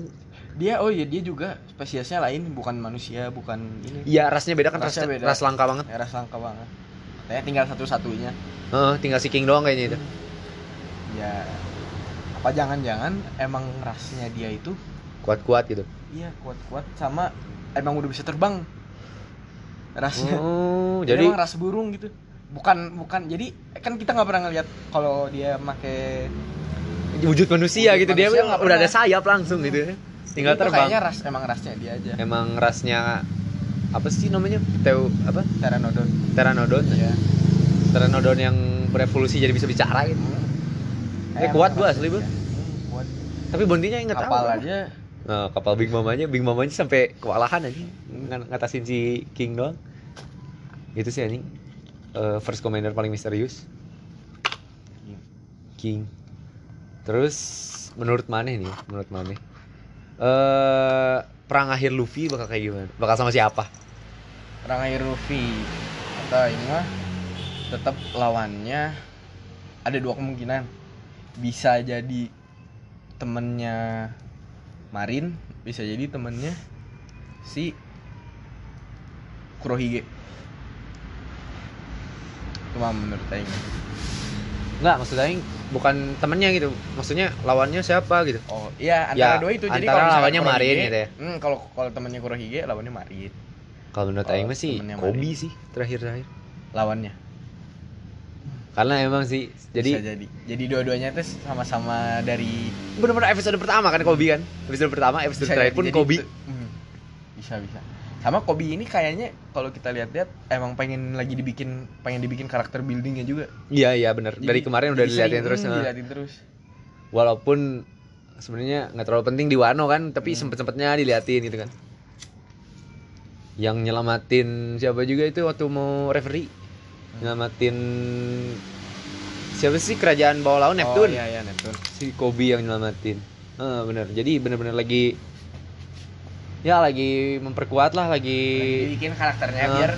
[SPEAKER 1] Dia oh iya dia juga spesiesnya lain bukan manusia, bukan ini.
[SPEAKER 2] iya rasnya beda kan ras,
[SPEAKER 1] Rasnya beda.
[SPEAKER 2] ras langka banget
[SPEAKER 1] Era langka banget. Saya tinggal satu-satunya.
[SPEAKER 2] Heeh, tinggal si King doang kayaknya itu
[SPEAKER 1] Ya apa jangan-jangan emang rasnya dia itu
[SPEAKER 2] kuat-kuat gitu
[SPEAKER 1] Iya kuat-kuat sama emang udah bisa terbang rasnya.
[SPEAKER 2] oh
[SPEAKER 1] jadi
[SPEAKER 2] jadi
[SPEAKER 1] emang ras burung gitu. Bukan bukan jadi kan kita nggak pernah ngeliat kalau dia make
[SPEAKER 2] wujud manusia
[SPEAKER 1] Wujud
[SPEAKER 2] gitu dia
[SPEAKER 1] manusia nggak
[SPEAKER 2] udah ada
[SPEAKER 1] pernah. Hmm.
[SPEAKER 2] sayap langsung gitu tinggal
[SPEAKER 1] Itu
[SPEAKER 2] terbang
[SPEAKER 1] Kayaknya ras emang rasnya dia aja.
[SPEAKER 2] emang rasnya apa sih namanya teu apa
[SPEAKER 1] Pteranodon.
[SPEAKER 2] Pteranodon
[SPEAKER 1] Iya.
[SPEAKER 2] Pteranodon yang berevolusi jadi bisa bicara gitu.
[SPEAKER 1] Hmm.
[SPEAKER 2] Eh,
[SPEAKER 1] Emang
[SPEAKER 2] kuat gua
[SPEAKER 1] rasnya
[SPEAKER 2] asli, Bu.
[SPEAKER 1] dia. Hmm, Iya. Kuat.
[SPEAKER 2] Tapi bontinya inget
[SPEAKER 1] Kapal
[SPEAKER 2] apa?
[SPEAKER 1] aja
[SPEAKER 2] Nah, kapal Big Mom aja, Big Mom aja sampai kewalahan anjing ng- ngatasin si King doang. Itu sih anjing eh, first commander paling misterius. King. Terus menurut mana nih? Menurut mana? Eh perang akhir Luffy bakal kayak gimana? Bakal sama siapa?
[SPEAKER 1] Perang air Luffy atau ini mah tetap lawannya ada dua kemungkinan bisa jadi temennya Marin bisa jadi temennya si Kurohige cuma menurut Aing
[SPEAKER 2] Enggak, maksudnya Aing bukan temennya gitu. Maksudnya lawannya siapa gitu.
[SPEAKER 1] oh iya antara
[SPEAKER 2] Ya,
[SPEAKER 1] dua itu jadi
[SPEAKER 2] antara
[SPEAKER 1] kalau misalkan
[SPEAKER 2] lawannya Marin
[SPEAKER 1] Kurohige-
[SPEAKER 2] gitu ya.
[SPEAKER 1] hmm, kalau kalau temennya Kurohige lawannya Marin
[SPEAKER 2] Kalau menurut
[SPEAKER 1] Oh,
[SPEAKER 2] Aing mah sih
[SPEAKER 1] temennya
[SPEAKER 2] Kobe
[SPEAKER 1] Marin.
[SPEAKER 2] sih terakhir-terakhir.
[SPEAKER 1] lawannya
[SPEAKER 2] Karena emang sih
[SPEAKER 1] jadi
[SPEAKER 2] jadi
[SPEAKER 1] jadi jadi dua-duanya tuh sama-sama dari
[SPEAKER 2] bener-bener episode pertama kan Kobe kan. Episode pertama, episode
[SPEAKER 1] Bisa
[SPEAKER 2] terakhir
[SPEAKER 1] jadi- jadi
[SPEAKER 2] pun Kobe.
[SPEAKER 1] itu- Hmm. bisa bisa sama Kobe ini kayaknya kalau kita lihat-lihat emang pengen lagi dibikin pengen dibikin karakter buildingnya juga
[SPEAKER 2] Iya iya bener.
[SPEAKER 1] Jadi-
[SPEAKER 2] Dari kemarin udah
[SPEAKER 1] jadi
[SPEAKER 2] diliatin
[SPEAKER 1] sering,
[SPEAKER 2] terus.
[SPEAKER 1] hmm,
[SPEAKER 2] nah.
[SPEAKER 1] diliatin terus
[SPEAKER 2] Walaupun sebenarnya nggak terlalu penting di Wano kan, tapi
[SPEAKER 1] Hmm.
[SPEAKER 2] sempet-sempetnya diliatin gitu kan. Yang nyelamatin siapa juga itu waktu mau referee. Hmm. Nyelamatin siapa sih kerajaan bawah laut
[SPEAKER 1] Oh,
[SPEAKER 2] Neptune?
[SPEAKER 1] iya iya Neptune
[SPEAKER 2] Si Kobe yang nyelamatin. Eh bener. Jadi bener-bener lagi ya lagi memperkuat lah
[SPEAKER 1] Lagi
[SPEAKER 2] lagi
[SPEAKER 1] dibikin karakternya
[SPEAKER 2] Nah.
[SPEAKER 1] biar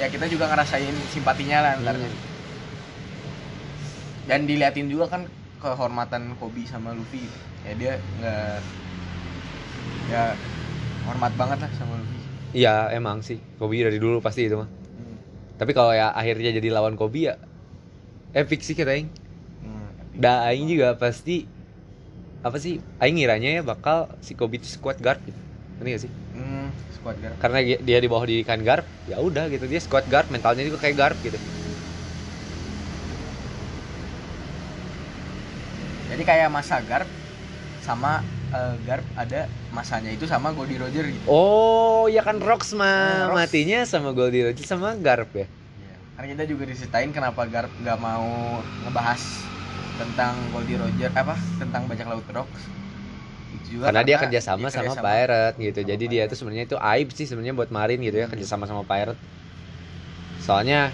[SPEAKER 1] ya kita juga ngerasain simpatinya lah antarnya
[SPEAKER 2] Hmm.
[SPEAKER 1] dan diliatin juga kan kehormatan Kobe sama Luffy gitu. ya dia nggak ya hormat banget lah sama Luffy
[SPEAKER 2] Iya emang sih Kobe dari dulu pasti itu mah.
[SPEAKER 1] Hmm.
[SPEAKER 2] Tapi kalau ya akhirnya jadi lawan Kobe ya epic sih kata Aing.
[SPEAKER 1] Hmm.
[SPEAKER 2] Da aing juga pasti apa sih? Aing ngiranya ya bakal si Kobe itu squad guard gitu. Ngerti gak sih?
[SPEAKER 1] hmm, squad guard
[SPEAKER 2] Karena dia dia di bawah didikan guard, ya udah gitu dia squad guard, mentalnya juga kayak guard gitu.
[SPEAKER 1] Jadi kayak masa Garp sama eh, Garp ada masanya itu sama Goldie Roger gitu.
[SPEAKER 2] Oh, ya kan Rocks
[SPEAKER 1] Nah,
[SPEAKER 2] mah
[SPEAKER 1] Rocks.
[SPEAKER 2] matinya sama Goldie Roger sama Garp ya.
[SPEAKER 1] Karena kita juga diceritain kenapa Garp nggak mau ngebahas tentang Goldie Roger apa tentang bajak laut rocks. Itu juga
[SPEAKER 2] Karena, dia kerjasama
[SPEAKER 1] dia
[SPEAKER 2] sama
[SPEAKER 1] kerjasama.
[SPEAKER 2] Pirate gitu.
[SPEAKER 1] sama
[SPEAKER 2] Jadi dia
[SPEAKER 1] Pirate.
[SPEAKER 2] itu sebenarnya itu aib sih sebenarnya buat Marin gitu ya
[SPEAKER 1] Hmm.
[SPEAKER 2] kerjasama sama Pirate. Soalnya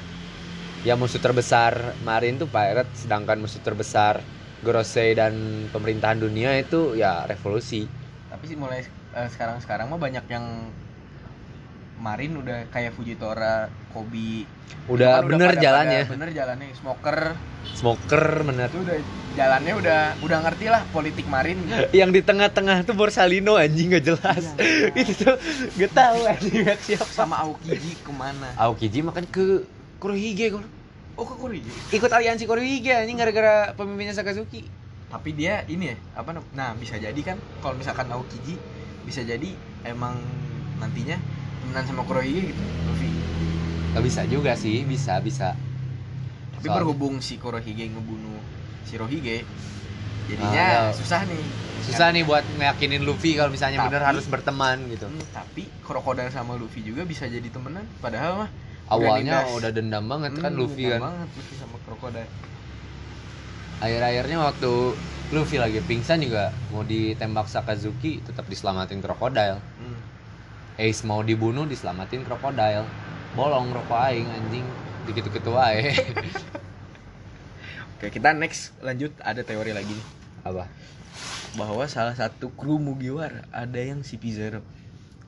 [SPEAKER 2] ya musuh terbesar Marin tuh Pirate, sedangkan musuh terbesar Gorosei dan pemerintahan dunia itu ya revolusi.
[SPEAKER 1] Tapi sih mulai eh, sekarang-sekarang mah banyak yang Marin udah kayak Fujitora, Kobe.
[SPEAKER 2] Udah
[SPEAKER 1] Cuman
[SPEAKER 2] bener
[SPEAKER 1] pada-
[SPEAKER 2] jalannya.
[SPEAKER 1] pada Bener jalannya. Smoker
[SPEAKER 2] Smoker bener.
[SPEAKER 1] itu udah jalannya udah udah ngerti lah politik Marin. gitu.
[SPEAKER 2] Yang di tengah-tengah tuh Borsalino anjing gak jelas.
[SPEAKER 1] Iya,
[SPEAKER 2] itu tuh gak tahu anjing gak siapa.
[SPEAKER 1] sama Aokiji kemana?
[SPEAKER 2] Aokiji makan ke Kurohige gua.
[SPEAKER 1] Oh ke Kuriji.
[SPEAKER 2] Ikut aliansi Kurohige anjing gara-gara pemimpinnya Sakazuki.
[SPEAKER 1] Tapi dia ini ya, apa nam- nah bisa jadi kan kalau misalkan Aokiji bisa jadi emang nantinya temenan sama Kurohige gitu. Luffy.
[SPEAKER 2] Gak bisa juga sih, bisa bisa.
[SPEAKER 1] Tapi
[SPEAKER 2] Soalnya-
[SPEAKER 1] berhubung si Kurohige ngebunuh si Rohige
[SPEAKER 2] Ah,
[SPEAKER 1] jadinya
[SPEAKER 2] ya.
[SPEAKER 1] susah nih.
[SPEAKER 2] susah nih buat ngeyakinin Luffy kalau misalnya
[SPEAKER 1] Tapi-
[SPEAKER 2] bener harus berteman gitu.
[SPEAKER 1] Hmm, tapi Krokodil sama Luffy juga bisa jadi temenan padahal mah
[SPEAKER 2] Awalnya
[SPEAKER 1] nindas.
[SPEAKER 2] udah dendam banget kan
[SPEAKER 1] hmm,
[SPEAKER 2] Luffy
[SPEAKER 1] beda
[SPEAKER 2] kan.
[SPEAKER 1] banget Luffy sama Krokodil.
[SPEAKER 2] Akhir-akhirnya waktu Luffy lagi pingsan juga mau ditembak Sakazuki tetap diselamatin krokodil.
[SPEAKER 1] Hmm.
[SPEAKER 2] Ace mau dibunuh diselamatin krokodil. Bolong rokok aing anjing dikit-dikit wae.
[SPEAKER 1] Oke, kita next lanjut ada teori lagi nih
[SPEAKER 2] Apa?
[SPEAKER 1] bahwa salah satu kru Mugiwara ada yang si Pizarro.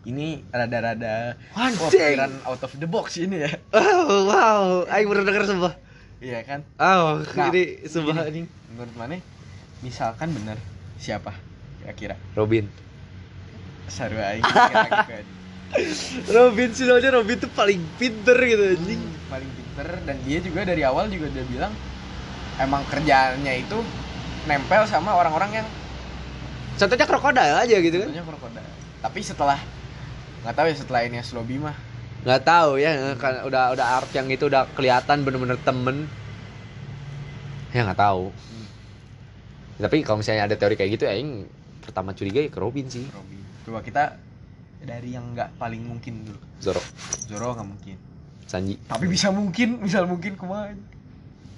[SPEAKER 1] Ini rada-rada Wah, pikiran out of the box ini ya.
[SPEAKER 2] Oh, wow, aing baru denger sumpah.
[SPEAKER 1] Iya kan?
[SPEAKER 2] Oh,
[SPEAKER 1] Nah,
[SPEAKER 2] ini sumpah anjing.
[SPEAKER 1] Menurut mana? Misalkan bener siapa? Kira-kira.
[SPEAKER 2] Robin.
[SPEAKER 1] Saru aing kira-kira gitu aja.
[SPEAKER 2] Robin sih aja Robin tuh paling pinter gitu anjing.
[SPEAKER 1] Hmm, paling pinter dan dia juga dari awal juga udah bilang emang kerjaannya itu nempel sama orang-orang yang
[SPEAKER 2] Contohnya krokodil aja gitu kan.
[SPEAKER 1] tentunya krokodil. Tapi setelah nggak tahu ya setelah ini Slobi mah
[SPEAKER 2] nggak tahu ya kan udah udah arc yang itu udah kelihatan bener-bener temen ya nggak tahu
[SPEAKER 1] Hmm.
[SPEAKER 2] tapi kalau misalnya ada teori kayak gitu ya yang pertama curiga ya ke Robin sih
[SPEAKER 1] Robby. Coba kita dari yang nggak paling mungkin dulu.
[SPEAKER 2] Zoro
[SPEAKER 1] Zoro nggak mungkin.
[SPEAKER 2] Sanji
[SPEAKER 1] Tapi bisa mungkin, misal mungkin kumaha.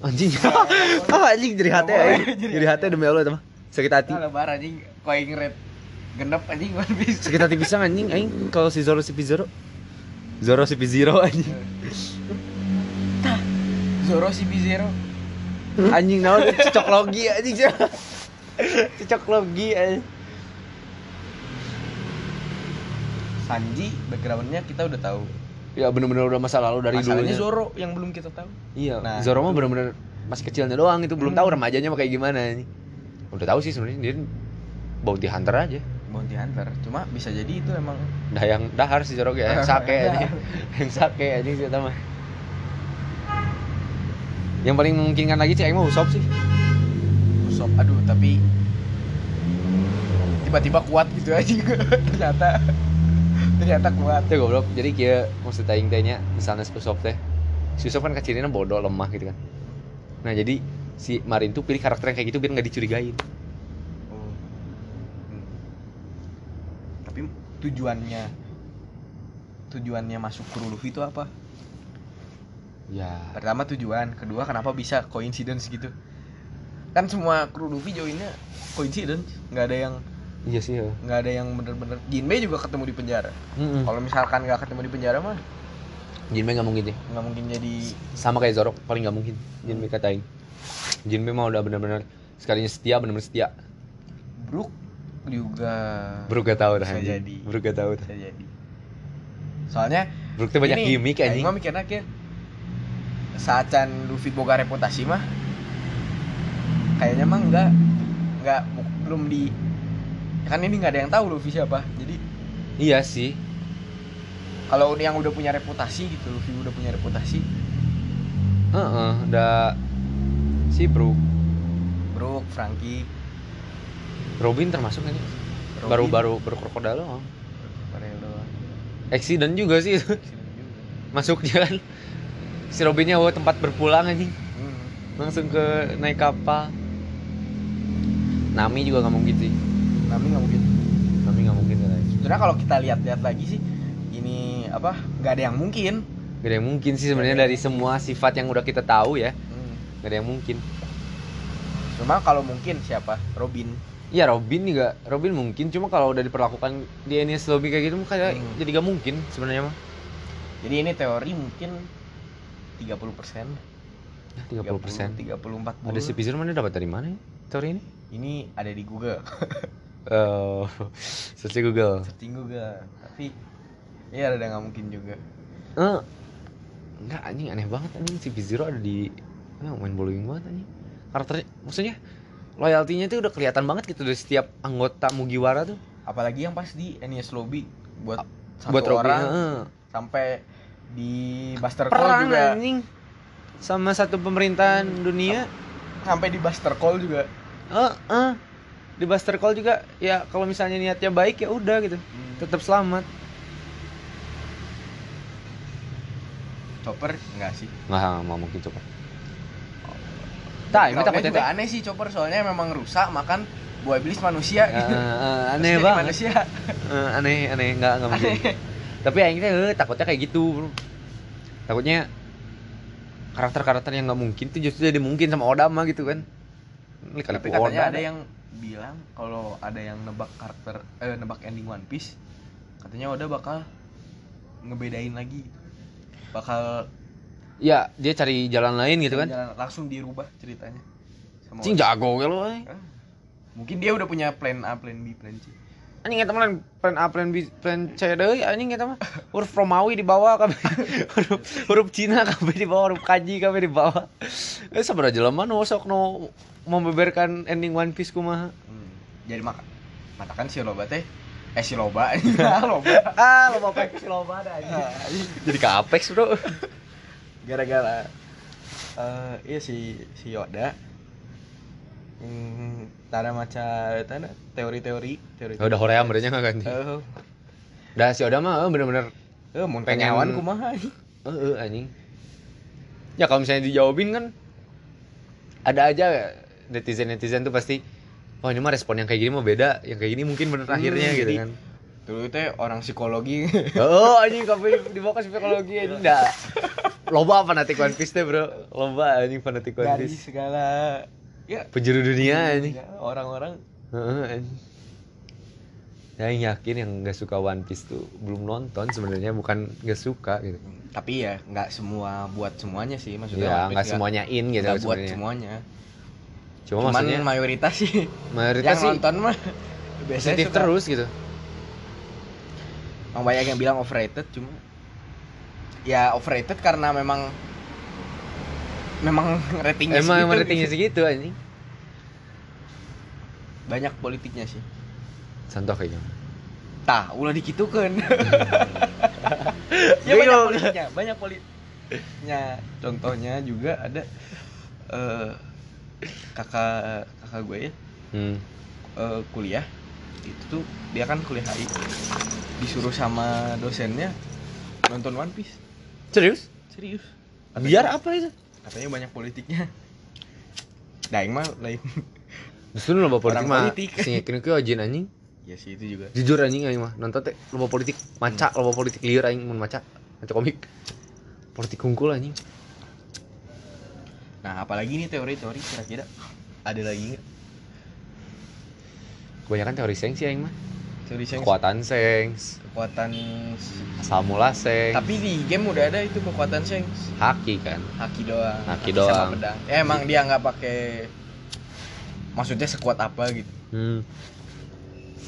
[SPEAKER 2] anjing ah anjing jadi hati ya
[SPEAKER 1] Jadi
[SPEAKER 2] jadi hati demi Allah teman sakit hati
[SPEAKER 1] Nah, lebaran anjing koing red genep anjing One Piece
[SPEAKER 2] sekitar tipisnya anjing aing kalau si Zoro si Pizoro Zoro si Pizoro anjing
[SPEAKER 1] Tah, Zoro si Bizero
[SPEAKER 2] anjing naon cocok logi anjing cocok logi anjing
[SPEAKER 1] Sanji backgroundnya kita udah tahu
[SPEAKER 2] ya bener-bener udah masa lalu dari
[SPEAKER 1] Masalahnya
[SPEAKER 2] dulunya
[SPEAKER 1] Zoro yang belum kita tahu
[SPEAKER 2] iya
[SPEAKER 1] Nah,
[SPEAKER 2] Zoro mah bener-bener masih kecilnya doang itu belum
[SPEAKER 1] Hmm.
[SPEAKER 2] tahu remajanya mah kayak gimana anjing udah tahu sih sebenarnya dia bounty hunter aja
[SPEAKER 1] Bounty Hunter cuma bisa jadi itu emang
[SPEAKER 2] dah yang dahar si Zoro kayak yang sake anjing yang sake anjing sih mah yang paling memungkinkan lagi sih aing mah Usopp sih
[SPEAKER 1] Usopp aduh tapi tiba-tiba kuat gitu aja ternyata ternyata kuat
[SPEAKER 2] Itu goblok. Jadi kia maksud aing teh nya misalnya si Usopp teh. Si Usopp kan kecilnya bodoh, lemah gitu kan. Nah, jadi si Marin tuh pilih karakter yang kayak gitu biar nggak dicurigain. Oh.
[SPEAKER 1] Hmm. tapi tujuannya tujuannya masuk kru Luffy itu apa
[SPEAKER 2] Ya.
[SPEAKER 1] pertama tujuan kedua kenapa bisa coincidence gitu kan semua kru Luffy joinnya coincidence nggak ada yang
[SPEAKER 2] Iya sih ya.
[SPEAKER 1] nggak ada yang bener-bener Jinbei juga ketemu di penjara
[SPEAKER 2] Heeh.
[SPEAKER 1] kalau misalkan nggak ketemu di penjara mah
[SPEAKER 2] Jinbei nggak mungkin deh.
[SPEAKER 1] nggak mungkin jadi
[SPEAKER 2] Sama kayak Zoro, paling nggak mungkin. Jinbei kata aing. Jinbei mah udah benar-benar sekalinya setia, benar-benar setia.
[SPEAKER 1] Brook juga
[SPEAKER 2] Bro gak tahu dah.
[SPEAKER 1] Bisa
[SPEAKER 2] anjing.
[SPEAKER 1] jadi.
[SPEAKER 2] Bro gak tahu dah.
[SPEAKER 1] bisa jadi soalnya
[SPEAKER 2] Bro tuh banyak
[SPEAKER 1] ini,
[SPEAKER 2] gimmick
[SPEAKER 1] aing
[SPEAKER 2] anjing.
[SPEAKER 1] mah mikirnya kayak saat Chan Luffy boga reputasi mah kayaknya mah enggak enggak bu- belum di kan ini nggak ada yang tahu Luffy siapa jadi
[SPEAKER 2] Iya sih.
[SPEAKER 1] kalau yang udah punya reputasi gitu Luffy udah punya reputasi
[SPEAKER 2] Heeh, udah si Bro
[SPEAKER 1] Brook Frankie
[SPEAKER 2] Robin termasuk ini
[SPEAKER 1] Robin,
[SPEAKER 2] baru-baru berkrokodil loh.
[SPEAKER 1] Barelo,
[SPEAKER 2] Accident juga sih itu.
[SPEAKER 1] Accident juga.
[SPEAKER 2] masuknya kan si Robinnya bawa tempat berpulang anjing
[SPEAKER 1] Hmm.
[SPEAKER 2] langsung ke naik kapal Nami juga nggak mungkin sih
[SPEAKER 1] Nami nggak mungkin
[SPEAKER 2] Nami nggak mungkin kan anjing.
[SPEAKER 1] sebenarnya kalau kita lihat-lihat lagi sih ini apa nggak ada yang mungkin
[SPEAKER 2] gak ada yang mungkin sih sebenarnya dari semua sifat yang udah kita tahu ya
[SPEAKER 1] Hmm.
[SPEAKER 2] gak ada yang mungkin
[SPEAKER 1] cuma kalau mungkin siapa Robin
[SPEAKER 2] Iya Robin juga Robin mungkin cuma kalau udah diperlakukan di NS Lobby kayak gitu kayak
[SPEAKER 1] Hmm.
[SPEAKER 2] jadi gak mungkin sebenarnya mah
[SPEAKER 1] Jadi ini teori mungkin 30 persen.
[SPEAKER 2] Nah, 30 persen
[SPEAKER 1] 30 40.
[SPEAKER 2] ada si Pizzer mana dapat dari mana ya teori ini
[SPEAKER 1] Ini ada di Google,
[SPEAKER 2] oh search Google
[SPEAKER 1] searching Google. Tapi ya ada nggak mungkin juga.
[SPEAKER 2] Eh, enggak anjing aneh banget anjing si Zero ada di enggak main bowling banget anjing. Karakternya maksudnya loyaltinya tuh udah kelihatan banget gitu dari setiap anggota Mugiwara tuh
[SPEAKER 1] Apalagi yang pas di NES lobby buat satu
[SPEAKER 2] buat Robin.
[SPEAKER 1] orang
[SPEAKER 2] heeh.
[SPEAKER 1] sampai di Buster Call
[SPEAKER 2] Perang
[SPEAKER 1] juga,
[SPEAKER 2] anjing sama satu pemerintahan dunia.
[SPEAKER 1] sampai di Buster Call juga.
[SPEAKER 2] Heeh. Di Buster Call juga ya kalau misalnya niatnya baik ya udah gitu. Tetap selamat.
[SPEAKER 1] Chopper enggak sih.
[SPEAKER 2] Enggak mau mungkin coba. Tah, ini
[SPEAKER 1] Cloudnya
[SPEAKER 2] takutnya
[SPEAKER 1] juga
[SPEAKER 2] teh.
[SPEAKER 1] aneh sih Chopper soalnya memang rusak makan buah iblis manusia
[SPEAKER 2] Eh,
[SPEAKER 1] gitu.
[SPEAKER 2] eh,
[SPEAKER 1] Terus
[SPEAKER 2] aneh
[SPEAKER 1] jadi
[SPEAKER 2] banget.
[SPEAKER 1] Manusia.
[SPEAKER 2] Eh, aneh aneh nggak nggak mungkin tapi akhirnya takutnya kayak gitu bro. takutnya karakter-karakter yang nggak mungkin tuh justru jadi mungkin sama Oda mah gitu kan ini kali
[SPEAKER 1] Tapi
[SPEAKER 2] ku
[SPEAKER 1] katanya
[SPEAKER 2] Oda
[SPEAKER 1] ada yang bilang kalau ada yang nebak karakter eh nebak ending One Piece, katanya Oda bakal ngebedain lagi. Bakal
[SPEAKER 2] ya dia cari jalan lain gitu kan
[SPEAKER 1] jalan- langsung dirubah ceritanya. Sama
[SPEAKER 2] cing
[SPEAKER 1] Oda.
[SPEAKER 2] jago ya lo eh.
[SPEAKER 1] Hah? Mungkin dia udah punya plan A, plan B, plan C.
[SPEAKER 2] anjing kita mah lain plan A plan B plan C deh anjing kita mah huruf Romawi di bawah kabeh huruf huruf Cina kabeh di bawah huruf kaji kabeh di bawah eh sebenarnya jelema nu sok nu membeberkan ending One Piece kumaha
[SPEAKER 1] Hmm. Jadi maka matakan si Loba teh eh si Loba. Loba. Ah.
[SPEAKER 2] ah lo mau pakai
[SPEAKER 1] Loba ada aja.
[SPEAKER 2] jadi ke Apex bro
[SPEAKER 1] gara-gara eh iya si si Yoda hmm, tara maca tana teori-teori teori
[SPEAKER 2] Ya udah Horea merenya nggak ganti
[SPEAKER 1] eh
[SPEAKER 2] Dah si Oda mah eh, bener-bener
[SPEAKER 1] eh mun
[SPEAKER 2] Pengen-
[SPEAKER 1] penyawan kumaha ini?
[SPEAKER 2] eh eh, anjing. Ya kalau misalnya dijawabin kan ada aja netizen-netizen tuh pasti Wah ini mah respon yang kayak gini mah beda, yang kayak gini mungkin bener
[SPEAKER 1] Hmm,
[SPEAKER 2] akhirnya gitu
[SPEAKER 1] jadi-
[SPEAKER 2] kan.
[SPEAKER 1] dulu teh orang psikologi
[SPEAKER 2] Oh anjing kafe di bawah psikologi anjing dah. Loba fanatik One Piece deh bro, loba anjing fanatik One
[SPEAKER 1] dari
[SPEAKER 2] Piece.
[SPEAKER 1] segala ya
[SPEAKER 2] Penjuru dunia anjing.
[SPEAKER 1] orang-orang
[SPEAKER 2] Heeh, anjing. saya yakin Nah, yang nggak suka One Piece tuh belum nonton sebenarnya bukan nggak suka gitu
[SPEAKER 1] tapi ya nggak semua buat semuanya sih maksudnya
[SPEAKER 2] ya
[SPEAKER 1] One Piece
[SPEAKER 2] nggak semuanya in gitu
[SPEAKER 1] nggak buat
[SPEAKER 2] sebenarnya
[SPEAKER 1] semuanya
[SPEAKER 2] cuma
[SPEAKER 1] cuman
[SPEAKER 2] maksudnya
[SPEAKER 1] mayoritas sih
[SPEAKER 2] mayoritas
[SPEAKER 1] yang
[SPEAKER 2] sih
[SPEAKER 1] nonton mah biasanya
[SPEAKER 2] positif
[SPEAKER 1] suka.
[SPEAKER 2] terus gitu
[SPEAKER 1] Emang banyak yang bilang overrated cuma ya overrated karena memang memang ratingnya
[SPEAKER 2] emang
[SPEAKER 1] segitu,
[SPEAKER 2] ratingnya
[SPEAKER 1] gitu.
[SPEAKER 2] segitu anjing
[SPEAKER 1] banyak politiknya sih
[SPEAKER 2] contoh kayaknya
[SPEAKER 1] tah ulah dikitukan ya banyak
[SPEAKER 2] Bingung.
[SPEAKER 1] politiknya banyak politiknya contohnya juga ada eh, kakak kakak gue ya
[SPEAKER 2] hmm.
[SPEAKER 1] eh, kuliah itu tuh dia kan kuliah HI disuruh sama dosennya nonton One Piece
[SPEAKER 2] serius
[SPEAKER 1] serius
[SPEAKER 2] biar apa itu
[SPEAKER 1] katanya banyak politiknya daeng mah lain
[SPEAKER 2] justru lomba politik
[SPEAKER 1] Orang
[SPEAKER 2] mah
[SPEAKER 1] politik.
[SPEAKER 2] sing kini kyojin anjing
[SPEAKER 1] ya sih itu juga
[SPEAKER 2] jujur anjing aing mah nonton teh lomba politik maca lomba politik liar aing mun maca maca komik politik hungkul anjing
[SPEAKER 1] nah apalagi nih teori-teori kira-kira ada lagi nggak
[SPEAKER 2] kebanyakan teori seng sih aing mah
[SPEAKER 1] teori sains?
[SPEAKER 2] kekuatan seng
[SPEAKER 1] kekuatan
[SPEAKER 2] asal mula seng
[SPEAKER 1] tapi di game udah ada itu kekuatan seng
[SPEAKER 2] haki kan
[SPEAKER 1] haki doang
[SPEAKER 2] Haki doang.
[SPEAKER 1] sama pedang ya, emang dia nggak pakai maksudnya sekuat apa gitu
[SPEAKER 2] hmm.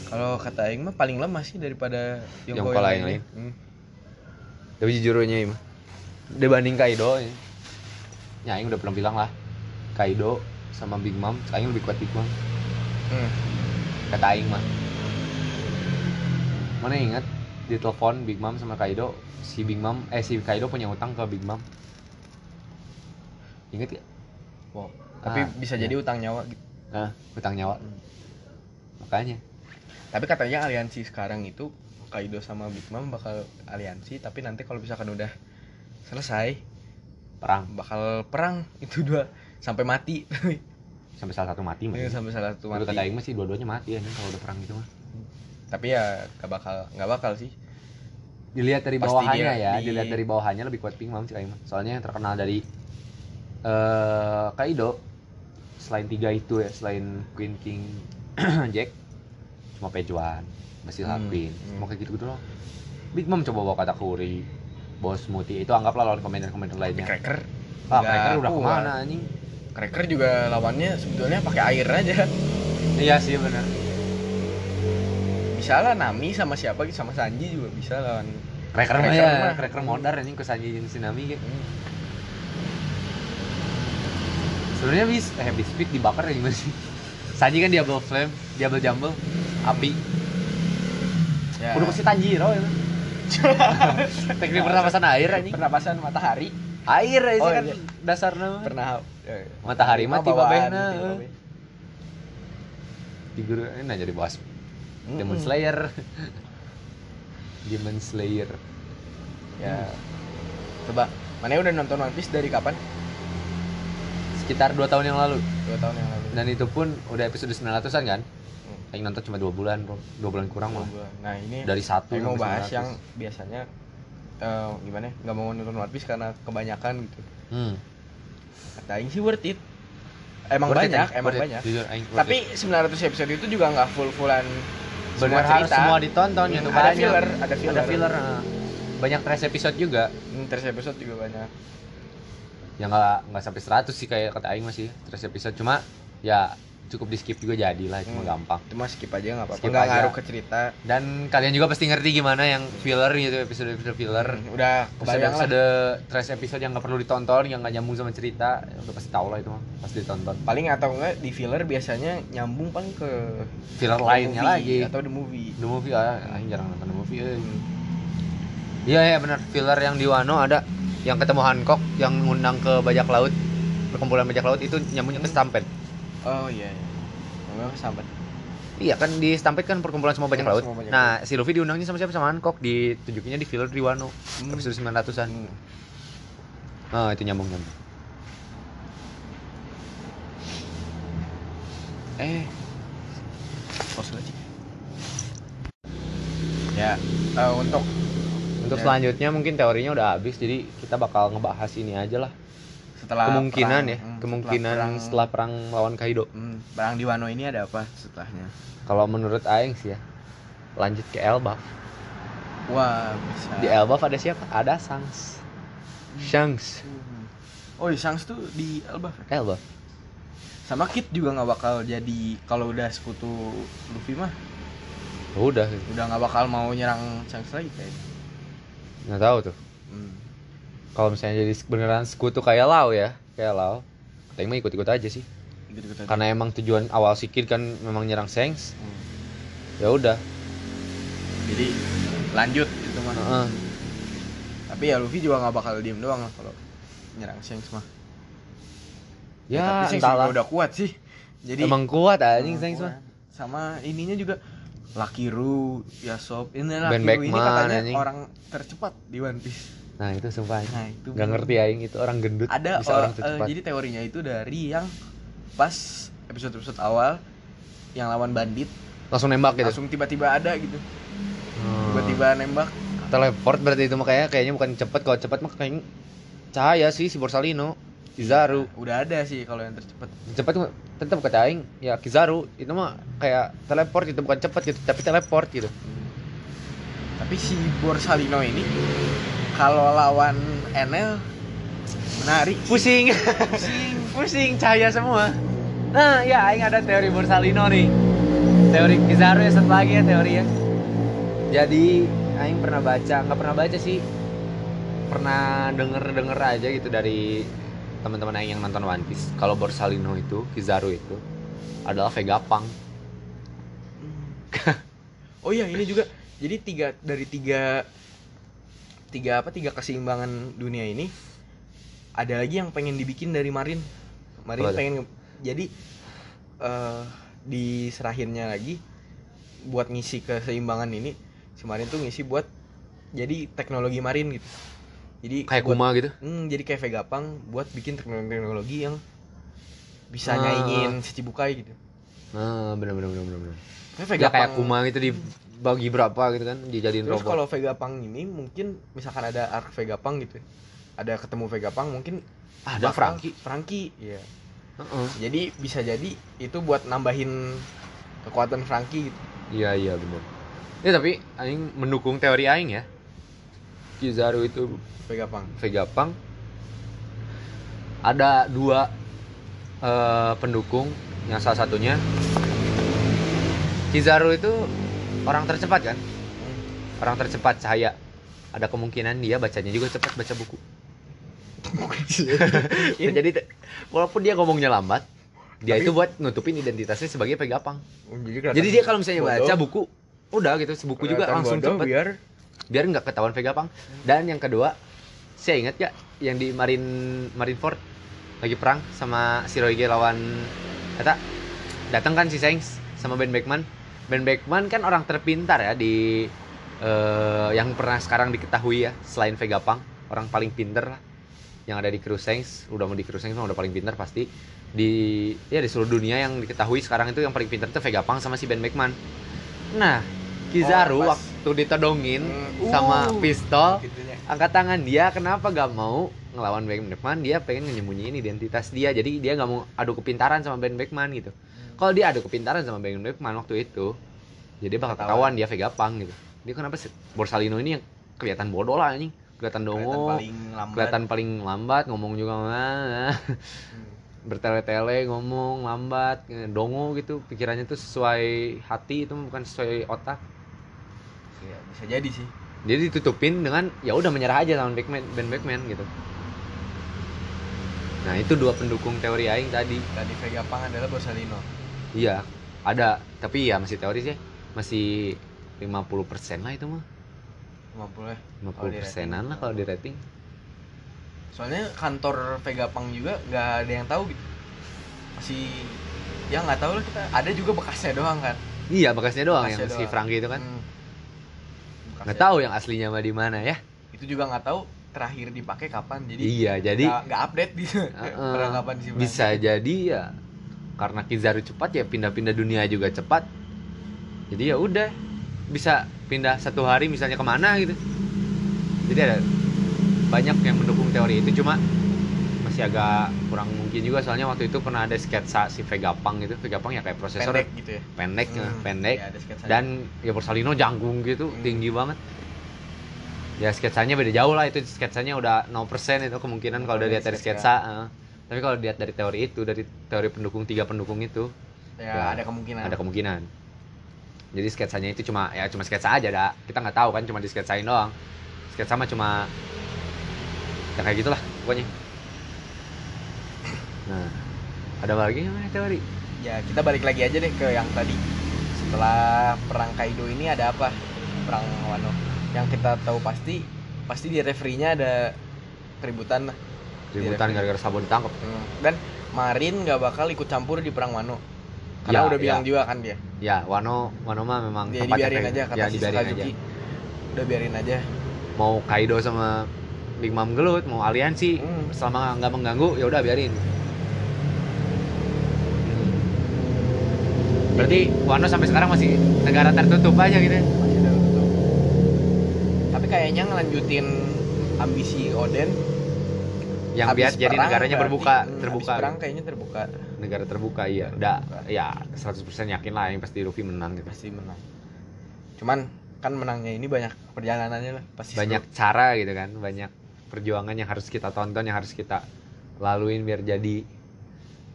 [SPEAKER 1] kalau kata Aing mah paling lemah sih daripada yang
[SPEAKER 2] Yonko lain-
[SPEAKER 1] lainnya.
[SPEAKER 2] lain.
[SPEAKER 1] Hmm.
[SPEAKER 2] tapi jujurnya aing mah dibanding kaido ya Ya, aing udah pernah bilang lah kaido sama big mom aing lebih kuat big mom
[SPEAKER 1] Hmm.
[SPEAKER 2] kata aing mah mana ingat di telepon Big Mom sama Kaido si Big Mom eh si Kaido punya utang ke Big Mom inget gak
[SPEAKER 1] Wow. tapi
[SPEAKER 2] Ah,
[SPEAKER 1] bisa
[SPEAKER 2] iya.
[SPEAKER 1] jadi utang nyawa gitu
[SPEAKER 2] nah utang nyawa
[SPEAKER 1] Hmm.
[SPEAKER 2] makanya
[SPEAKER 1] tapi katanya aliansi sekarang itu Kaido sama Big Mom bakal aliansi tapi nanti kalau misalkan udah selesai
[SPEAKER 2] perang
[SPEAKER 1] bakal perang itu dua sampai mati Iya,
[SPEAKER 2] sampai salah satu mati mah
[SPEAKER 1] sampai salah satu
[SPEAKER 2] Menurut kata
[SPEAKER 1] mati
[SPEAKER 2] aing mah sih dua-duanya mati ya kalau udah perang gitu mah
[SPEAKER 1] tapi ya gak bakal nggak bakal sih
[SPEAKER 2] dilihat dari
[SPEAKER 1] Pasti dia
[SPEAKER 2] bawahannya ya
[SPEAKER 1] di-
[SPEAKER 2] dilihat dari bawahannya lebih kuat Big Mom sih aing mah soalnya yang terkenal dari eh Kaido selain tiga itu ya selain Queen King Jack cuma Pejuan masih
[SPEAKER 1] Hmm,
[SPEAKER 2] Queen
[SPEAKER 1] hmm.
[SPEAKER 2] cuma kayak gitu gitu loh Big Mom coba bawa kata Kuri Bos Muti itu anggaplah lawan komandan-komandan
[SPEAKER 1] Tapi
[SPEAKER 2] lainnya
[SPEAKER 1] Cracker
[SPEAKER 2] Iya. ah
[SPEAKER 1] nggak
[SPEAKER 2] mereka udah
[SPEAKER 1] kuat.
[SPEAKER 2] kemana anjing
[SPEAKER 1] Cracker juga lawannya sebetulnya pakai air aja
[SPEAKER 2] iya sih benar
[SPEAKER 1] bisa lah Nami sama siapa gitu sama Sanji juga bisa lawan
[SPEAKER 2] Cracker mah
[SPEAKER 1] Cracker
[SPEAKER 2] ya
[SPEAKER 1] mah.
[SPEAKER 2] Cracker modar anjing kesanji jeung tsunami gitu sebenarnya bis eh bis speed dibakar ya gimana sih Sanji kan Diablo Flame Diablo Jumble api
[SPEAKER 1] ya.
[SPEAKER 2] Kudu pasti Tanjiro itu. Teknik pernapasan air anjing.
[SPEAKER 1] pernapasan matahari
[SPEAKER 2] Air ya sih
[SPEAKER 1] Oh,
[SPEAKER 2] kan
[SPEAKER 1] iya.
[SPEAKER 2] dasarnya. mah.
[SPEAKER 1] pernah ya,
[SPEAKER 2] Matahari mah tiba
[SPEAKER 1] bawaan,
[SPEAKER 2] behna,
[SPEAKER 1] tiba
[SPEAKER 2] eh.
[SPEAKER 1] beh.
[SPEAKER 2] Di guru ini aja dibahas Demon
[SPEAKER 1] Mm-mm.
[SPEAKER 2] Slayer. Demon Slayer.
[SPEAKER 1] Ya.
[SPEAKER 2] Hmm.
[SPEAKER 1] Coba, mana udah nonton One Piece dari kapan?
[SPEAKER 2] Sekitar 2 tahun yang lalu
[SPEAKER 1] Dua tahun yang lalu. Hmm.
[SPEAKER 2] dan itu pun udah episode 900-an kan. Yang nonton cuma 2 bulan, Bro. 2 bulan kurang
[SPEAKER 1] Dua
[SPEAKER 2] malah.
[SPEAKER 1] bulan. Nah ini
[SPEAKER 2] Dari 1
[SPEAKER 1] saya mau bahas yang biasanya eh, gimana? ya, Nggak mau nonton One Piece karena kebanyakan gitu.
[SPEAKER 2] hmm.
[SPEAKER 1] Kata Aing sih worth it. Emang
[SPEAKER 2] Worth it,
[SPEAKER 1] banyak,
[SPEAKER 2] Aing.
[SPEAKER 1] emang
[SPEAKER 2] Worth it.
[SPEAKER 1] banyak.
[SPEAKER 2] Jujur aing worth
[SPEAKER 1] Tapi 900 episode itu juga nggak full fullan
[SPEAKER 2] it. bener harus semua ditonton
[SPEAKER 1] ada
[SPEAKER 2] gitu banyak.
[SPEAKER 1] filler, ada filler.
[SPEAKER 2] Ada filler. eh. Banyak trash episode juga.
[SPEAKER 1] Hmm, terus episode juga banyak.
[SPEAKER 2] ya nggak nggak sampai 100 sih kayak kata Aing masih terus episode cuma ya cukup di skip juga jadi lah cuma
[SPEAKER 1] Hmm.
[SPEAKER 2] gampang
[SPEAKER 1] Cuma skip aja nggak apa-apa.
[SPEAKER 2] Skip
[SPEAKER 1] Nggak
[SPEAKER 2] aja.
[SPEAKER 1] ngaruh ke cerita.
[SPEAKER 2] dan kalian juga pasti ngerti gimana yang filler gitu episode episode filler
[SPEAKER 1] Hmm, Udah
[SPEAKER 2] episode
[SPEAKER 1] kebayang lah.
[SPEAKER 2] episode trash episode yang nggak perlu ditonton yang nggak nyambung sama cerita ya udah pasti tau lah itu mah pasti ditonton
[SPEAKER 1] Paling atau enggak di filler biasanya nyambung paling ke
[SPEAKER 2] filler
[SPEAKER 1] the
[SPEAKER 2] lainnya
[SPEAKER 1] movie
[SPEAKER 2] lagi
[SPEAKER 1] atau the movie.
[SPEAKER 2] the movie ah Aing jarang nonton the movie eh. iya iya benar filler yang di Wano ada yang ketemu Hancock yang ngundang ke bajak laut perkumpulan bajak laut itu nyambungnya ke Stampede
[SPEAKER 1] Oh iya. iya. Memang sahabat.
[SPEAKER 2] Iya kan di Stampede kan perkumpulan semua bajak
[SPEAKER 1] Semua
[SPEAKER 2] laut.
[SPEAKER 1] bajak
[SPEAKER 2] Nah, si Luffy diundangnya sama siapa? Sama Hancock ditunjukinnya di filler di Wano
[SPEAKER 1] Hmm.
[SPEAKER 2] episode 900-an.
[SPEAKER 1] Hmm.
[SPEAKER 2] Nah, itu nyambung nyambung.
[SPEAKER 1] Eh. Pos lagi. Ya, eh, untuk
[SPEAKER 2] Untuk
[SPEAKER 1] Ya.
[SPEAKER 2] selanjutnya mungkin teorinya udah habis jadi kita bakal ngebahas ini aja lah.
[SPEAKER 1] setelah
[SPEAKER 2] kemungkinan
[SPEAKER 1] perang,
[SPEAKER 2] ya,
[SPEAKER 1] hmm,
[SPEAKER 2] kemungkinan
[SPEAKER 1] setelah perang,
[SPEAKER 2] setelah perang, lawan Kaido.
[SPEAKER 1] hmm, perang di Wano ini ada apa setelahnya?
[SPEAKER 2] Kalau menurut aing sih ya. lanjut ke
[SPEAKER 1] Ah.
[SPEAKER 2] Elbaf
[SPEAKER 1] Wah, bisa.
[SPEAKER 2] di Elbaf ada siapa ada Sangs Shangs
[SPEAKER 1] Hmm. Oh, iya, Shanks tuh di Elbaf. ya?
[SPEAKER 2] Elbaf
[SPEAKER 1] Sama Kid juga nggak bakal jadi kalau udah sekutu Luffy mah,
[SPEAKER 2] udah
[SPEAKER 1] udah nggak bakal mau nyerang Shanks lagi gitu. kayaknya.
[SPEAKER 2] nggak tahu tuh
[SPEAKER 1] Hmm.
[SPEAKER 2] kalau misalnya jadi beneran sekutu kayak Lau ya kayak Lau Aing mah ikut-ikut aja sih
[SPEAKER 1] Gitu-gitu aja.
[SPEAKER 2] karena emang tujuan awal sikit kan memang nyerang Sengs
[SPEAKER 1] Hmm.
[SPEAKER 2] ya udah
[SPEAKER 1] Jadi lanjut itu mah.
[SPEAKER 2] Heeh.
[SPEAKER 1] Tapi ya Luffy juga nggak bakal diem doang lah kalau nyerang Shanks mah.
[SPEAKER 2] ya,
[SPEAKER 1] tapi Shanks
[SPEAKER 2] entahlah
[SPEAKER 1] juga udah kuat sih. Jadi
[SPEAKER 2] emang kuat anjing
[SPEAKER 1] Emang
[SPEAKER 2] Sengs mah
[SPEAKER 1] kuat. Sama ininya juga Lucky Ru, Yasop, ini Lucky Ru
[SPEAKER 2] Ben
[SPEAKER 1] ini
[SPEAKER 2] Beckman,
[SPEAKER 1] katanya
[SPEAKER 2] anjing.
[SPEAKER 1] orang tercepat di One Piece.
[SPEAKER 2] nah itu sumpah anjing.
[SPEAKER 1] Nah, itu
[SPEAKER 2] nggak ngerti aing itu orang gendut
[SPEAKER 1] Ada
[SPEAKER 2] bisa
[SPEAKER 1] or-
[SPEAKER 2] orang
[SPEAKER 1] eh,
[SPEAKER 2] tercepat
[SPEAKER 1] jadi teorinya itu dari yang pas episode-episode awal yang lawan bandit
[SPEAKER 2] langsung nembak gitu
[SPEAKER 1] langsung tiba-tiba ada gitu.
[SPEAKER 2] Hmm.
[SPEAKER 1] Tiba-tiba nembak.
[SPEAKER 2] teleport berarti itu makanya kayaknya bukan cepet kalau cepet mah kayaknya cahaya sih si Borsalino Kizaru
[SPEAKER 1] Ya, Udah ada sih kalau yang tercepat.
[SPEAKER 2] cepet mah tetap kata aing ya Kizaru itu mah kayak teleport itu bukan cepet gitu tapi teleport gitu
[SPEAKER 1] Tapi si Borsalino ini kalau lawan NL menarik.
[SPEAKER 2] pusing pusing pusing cahaya semua nah ya aing ada teori Borsalino nih teori Kizaru ya satu lagi ya teori ya jadi aing pernah baca nggak pernah baca sih pernah denger denger aja gitu dari teman-teman aing yang nonton One Piece kalau Borsalino itu Kizaru itu adalah Vegapunk
[SPEAKER 1] oh iya ini juga. Jadi tiga dari tiga tiga apa tiga keseimbangan dunia ini ada lagi yang pengen dibikin dari Marin. Marin
[SPEAKER 2] Apa tuh?
[SPEAKER 1] pengen nge- jadi eh diserahinnya lagi buat ngisi keseimbangan ini. Si Marin tuh ngisi buat jadi teknologi Marin gitu. Jadi
[SPEAKER 2] kayak
[SPEAKER 1] buat-
[SPEAKER 2] Kuma gitu
[SPEAKER 1] Hmm, jadi kayak Vegapunk buat bikin teknologi-teknologi yang bisa
[SPEAKER 2] Ah.
[SPEAKER 1] nyaingin si Cibukai gitu.
[SPEAKER 2] nah bener bener bener bener bener
[SPEAKER 1] Kayak
[SPEAKER 2] ya kayak Kuma gitu dibagi berapa gitu kan dijadiin
[SPEAKER 1] Terus
[SPEAKER 2] robot
[SPEAKER 1] kalau Vegapunk ini mungkin misalkan ada arc Vegapunk gitu. Ada ketemu Vegapunk mungkin
[SPEAKER 2] ada
[SPEAKER 1] bakal-
[SPEAKER 2] Franky
[SPEAKER 1] Franky, iya.
[SPEAKER 2] Heeh.
[SPEAKER 1] Jadi bisa jadi itu buat nambahin kekuatan Franky gitu.
[SPEAKER 2] Iya iya benar. Ya tapi aing mendukung teori aing ya. Kizaru itu
[SPEAKER 1] Vegapunk.
[SPEAKER 2] Vegapunk. Ada dua eh, pendukung yang salah satunya Kizaru itu orang tercepat kan?
[SPEAKER 1] Hmm.
[SPEAKER 2] Orang tercepat cahaya. Ada kemungkinan dia bacanya juga cepat baca buku. Jadi te- walaupun dia ngomongnya lambat, dia
[SPEAKER 1] Iya. Tapi-
[SPEAKER 2] itu buat nutupin identitasnya sebagai Vegapunk.
[SPEAKER 1] kelihatan
[SPEAKER 2] Jadi dia kalau misalnya
[SPEAKER 1] bodoh,
[SPEAKER 2] baca buku, udah gitu, sebuku juga
[SPEAKER 1] kelihatan
[SPEAKER 2] langsung
[SPEAKER 1] bodoh
[SPEAKER 2] cepet
[SPEAKER 1] biar
[SPEAKER 2] biar nggak ketahuan Vegapunk. Dan yang kedua, saya ingat gak yang di Marin Marineford lagi perang sama si Roy G lawan kata datang kan si Sengs sama Ben Beckman. Ben Beckman kan orang terpintar ya di eh, yang pernah sekarang diketahui ya selain Vegapunk, orang paling pinter lah yang ada di kru Sengs, udah mau di kru Sengs mah udah paling pinter pasti di ya di seluruh dunia yang diketahui sekarang itu yang paling pinter itu Vegapunk sama si Ben Beckman. Nah,
[SPEAKER 1] Oh,
[SPEAKER 2] Kizaru
[SPEAKER 1] pas-
[SPEAKER 2] waktu ditodongin
[SPEAKER 1] Hmm.
[SPEAKER 2] sama
[SPEAKER 1] Uh.
[SPEAKER 2] pistol
[SPEAKER 1] gitu ya.
[SPEAKER 2] angkat tangan dia kenapa gak mau ngelawan Ben Beckman dia pengen menyembunyiin identitas dia jadi dia nggak mau adu kepintaran sama Ben Beckman gitu kalau dia adu kepintaran sama Ben Beckman waktu itu jadi bakal
[SPEAKER 1] Ketahuan.
[SPEAKER 2] ketahuan dia Vegapunk gitu dia kenapa sih Borsalino ini yang kelihatan bodoh lah anjing
[SPEAKER 1] Kelihatan
[SPEAKER 2] kelihatan dongo
[SPEAKER 1] paling lambat.
[SPEAKER 2] kelihatan paling lambat ngomong juga "Ah, ah."
[SPEAKER 1] Hmm.
[SPEAKER 2] bertele-tele ngomong lambat eh, dongo gitu pikirannya tuh sesuai hati itu bukan sesuai otak
[SPEAKER 1] Iya, bisa jadi sih.
[SPEAKER 2] jadi ditutupin dengan ya udah menyerah aja sama Backman, Ben Backman gitu. Nah itu dua pendukung teori Aing tadi.
[SPEAKER 1] Tadi Vegapunk adalah Borsalino.
[SPEAKER 2] Iya ada tapi ya masih teori sih masih 50% lah itu mah
[SPEAKER 1] Mampu lah.
[SPEAKER 2] 50 persenan lah kalau di rating
[SPEAKER 1] Soalnya kantor Vegapunk juga nggak ada yang tahu gitu. Masih ya nggak tahu lah kita. Ada juga bekasnya doang kan.
[SPEAKER 2] iya bekasnya doang
[SPEAKER 1] Bekasnya
[SPEAKER 2] yang si
[SPEAKER 1] doang.
[SPEAKER 2] Franky itu kan
[SPEAKER 1] Hmm. Bekasnya.
[SPEAKER 2] nggak tahu yang aslinya mah di mana ya
[SPEAKER 1] Itu juga nggak tahu terakhir dipakai kapan. Jadi
[SPEAKER 2] iya jadi
[SPEAKER 1] nggak nggak update gitu.
[SPEAKER 2] Heeh.
[SPEAKER 1] Perlengkapan si Franky.
[SPEAKER 2] bisa jadi ya karena Kizaru cepat ya pindah-pindah dunia juga cepat jadi ya udah bisa pindah satu hari misalnya kemana gitu jadi ada banyak yang mendukung teori itu cuma mas masih agak kurang mungkin juga soalnya waktu itu pernah ada sketsa si Vegapunk gitu Vegapunk ya kayak prosesor
[SPEAKER 1] pendek gitu ya
[SPEAKER 2] pendek, ya,
[SPEAKER 3] Hmm,
[SPEAKER 2] pendek.
[SPEAKER 1] Ya, ada sketsanya.
[SPEAKER 2] dan ya Borsalino janggung gitu
[SPEAKER 1] Hmm.
[SPEAKER 2] tinggi banget ya sketsanya beda jauh lah itu sketsanya udah 0% itu kemungkinan kalau udah
[SPEAKER 1] Dari
[SPEAKER 2] lihat dari sketsa
[SPEAKER 1] Oh, sketsa.
[SPEAKER 2] eh. tapi kalau lihat dari teori itu dari teori pendukung tiga pendukung itu
[SPEAKER 1] ya,
[SPEAKER 2] ya,
[SPEAKER 1] ada kemungkinan
[SPEAKER 2] ada kemungkinan jadi sketsanya itu cuma ya cuma sketsa aja dah kita nggak tahu kan cuma di sketsain doang sketsa mah cuma ya kayak gitulah pokoknya nah ada apa lagi namanya teori
[SPEAKER 1] ya kita balik lagi aja deh ke yang tadi setelah perang Kaido ini ada apa perang Wano yang kita tahu pasti pasti di referee-nya ada keributan lah.
[SPEAKER 2] ributan
[SPEAKER 1] Iya.
[SPEAKER 2] gara-gara Sabo ditangkap
[SPEAKER 1] Hmm. dan Marin nggak bakal ikut campur di perang Wano karena
[SPEAKER 2] Ya,
[SPEAKER 1] udah bilang
[SPEAKER 2] ya.
[SPEAKER 1] juga kan dia
[SPEAKER 2] ya Wano Wano mah memang
[SPEAKER 1] dia
[SPEAKER 2] tempatnya
[SPEAKER 1] dibiarin
[SPEAKER 2] kayak-
[SPEAKER 1] aja kata
[SPEAKER 2] ya,
[SPEAKER 1] si
[SPEAKER 2] dibiarin aja
[SPEAKER 1] Sakazuki udah biarin aja
[SPEAKER 2] mau Kaido sama Big Mom gelut mau aliansi
[SPEAKER 1] Hmm.
[SPEAKER 2] selama nggak mengganggu ya udah biarin berarti Wano sampai sekarang masih negara tertutup aja gitu ya?
[SPEAKER 1] Masih dalam bentuk. tapi kayaknya ngelanjutin ambisi Oden
[SPEAKER 2] yang
[SPEAKER 1] Habis
[SPEAKER 2] biar jadi
[SPEAKER 1] perang
[SPEAKER 2] negaranya
[SPEAKER 1] berarti-
[SPEAKER 2] berbuka
[SPEAKER 1] hmm, habis
[SPEAKER 2] terbuka
[SPEAKER 1] perang kayaknya terbuka
[SPEAKER 2] negara terbuka iya udah
[SPEAKER 1] Terbuka.
[SPEAKER 2] ya 100% yakin lah yang pasti Luffy menang gitu
[SPEAKER 1] pasti menang cuman kan menangnya ini banyak perjalanannya lah pasti
[SPEAKER 2] banyak cara gitu kan banyak perjuangan yang harus kita tonton yang harus kita laluin biar jadi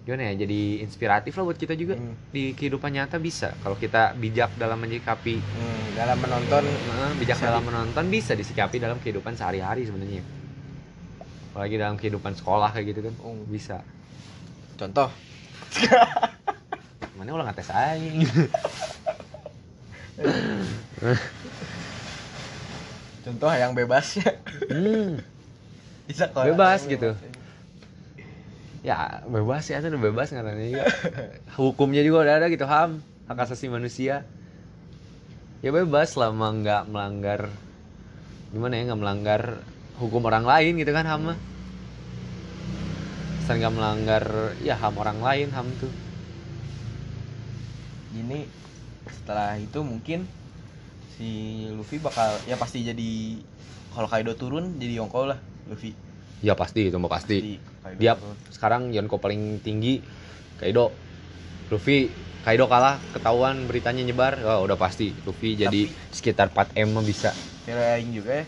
[SPEAKER 2] gimana ya jadi inspiratif lah buat kita
[SPEAKER 1] seru.
[SPEAKER 2] juga
[SPEAKER 1] Hmm,
[SPEAKER 2] di kehidupan nyata bisa kalau kita bijak dalam menyikapi
[SPEAKER 1] hmm, dalam menonton
[SPEAKER 2] eh, bijak
[SPEAKER 1] Bisa
[SPEAKER 2] dalam
[SPEAKER 1] di-
[SPEAKER 2] menonton bisa disikapi dalam kehidupan sehari-hari sebenarnya apalagi dalam kehidupan sekolah kayak gitu kan
[SPEAKER 1] Hmm,
[SPEAKER 2] bisa
[SPEAKER 1] contoh
[SPEAKER 2] mana ulang ngetes aja
[SPEAKER 1] contoh yang bebas
[SPEAKER 2] Hmm,
[SPEAKER 1] bisa kalau
[SPEAKER 2] Bebas gitu. ya bebas ya itu udah bebas katanya juga hukumnya juga udah ada gitu ham hak asasi manusia ya bebas selama nggak melanggar gimana ya nggak melanggar hukum orang lain gitu kan ham mah asal nggak melanggar ya ham orang lain ham tuh
[SPEAKER 1] ini setelah itu mungkin si Luffy bakal ya pasti jadi kalau Kaido turun jadi Yonko lah Luffy
[SPEAKER 2] ya pasti itu mah pasti
[SPEAKER 1] Jadi Kaido
[SPEAKER 2] Dia-
[SPEAKER 1] turun.
[SPEAKER 2] sekarang Yonko paling tinggi Kaido Luffy Kaido kalah ketahuan beritanya nyebar Wah, udah pasti Luffy jadi sekitar 4 m mah bisa
[SPEAKER 1] kirain juga ya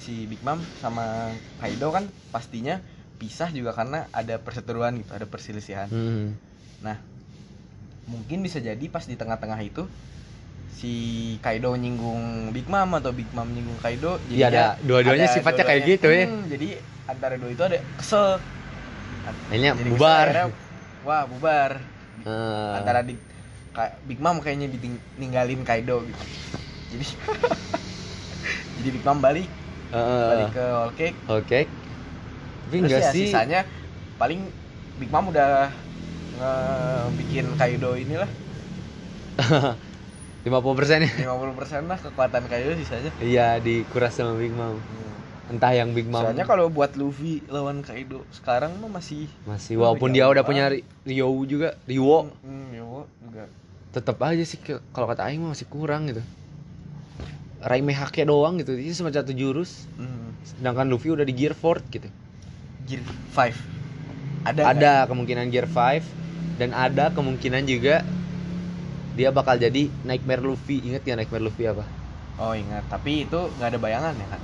[SPEAKER 1] si Big Mom sama Kaido kan pastinya pisah juga karena ada perseteruan gitu ada perselisihan
[SPEAKER 2] Hmm.
[SPEAKER 1] mungkin bisa jadi pas di tengah-tengah itu si Kaido nyinggung Big Mom atau Big Mom nyinggung Kaido
[SPEAKER 2] Iya ada
[SPEAKER 1] jadinya
[SPEAKER 2] dua-duanya
[SPEAKER 1] ada
[SPEAKER 2] sifatnya kayak
[SPEAKER 1] dua-duanya.
[SPEAKER 2] gitu ya.
[SPEAKER 1] Hmm, jadi antara dua itu ada kesel
[SPEAKER 2] Akhirnya
[SPEAKER 1] Jadi kesel,
[SPEAKER 2] bubar.
[SPEAKER 1] akhirnya, wah bubar
[SPEAKER 2] Eh,
[SPEAKER 1] antara di Ka- Big Mom kayaknya ditinggalin Kaido gitu jadi jadi Big Mom balik
[SPEAKER 2] eh, eh,
[SPEAKER 1] balik ke Whole Cake
[SPEAKER 2] Oke. Tapi
[SPEAKER 1] terus
[SPEAKER 2] enggak
[SPEAKER 1] ya
[SPEAKER 2] sih.
[SPEAKER 1] sisanya paling Big Mom udah bikin Kaido inilah
[SPEAKER 2] 50% ya.
[SPEAKER 1] 50% lah kekuatan Kaido sisanya
[SPEAKER 2] Iya, dikuras sama Big Mom. Entah yang Big Mom.
[SPEAKER 1] Soalnya kalau buat Luffy lawan Kaido sekarang mah masih
[SPEAKER 2] masih walaupun dia udah punya Ri- Ryo juga, Ryo
[SPEAKER 1] Hmm, Yowo juga.
[SPEAKER 2] tetap aja sih ke- kalau kata aing mah masih kurang gitu. Raimehake doang gitu. Ini cuma satu jurus.
[SPEAKER 1] Hmm.
[SPEAKER 2] Sedangkan Luffy udah di Gear 4 gitu.
[SPEAKER 1] Gear 5. Ada
[SPEAKER 2] ada kemungkinan Gear 5 dan ada kemungkinan juga dia bakal jadi Nightmare Luffy. Ingat ya Nightmare Luffy apa?
[SPEAKER 1] nggak? Oh, ingat. Tapi itu nggak ada bayangan ya kan.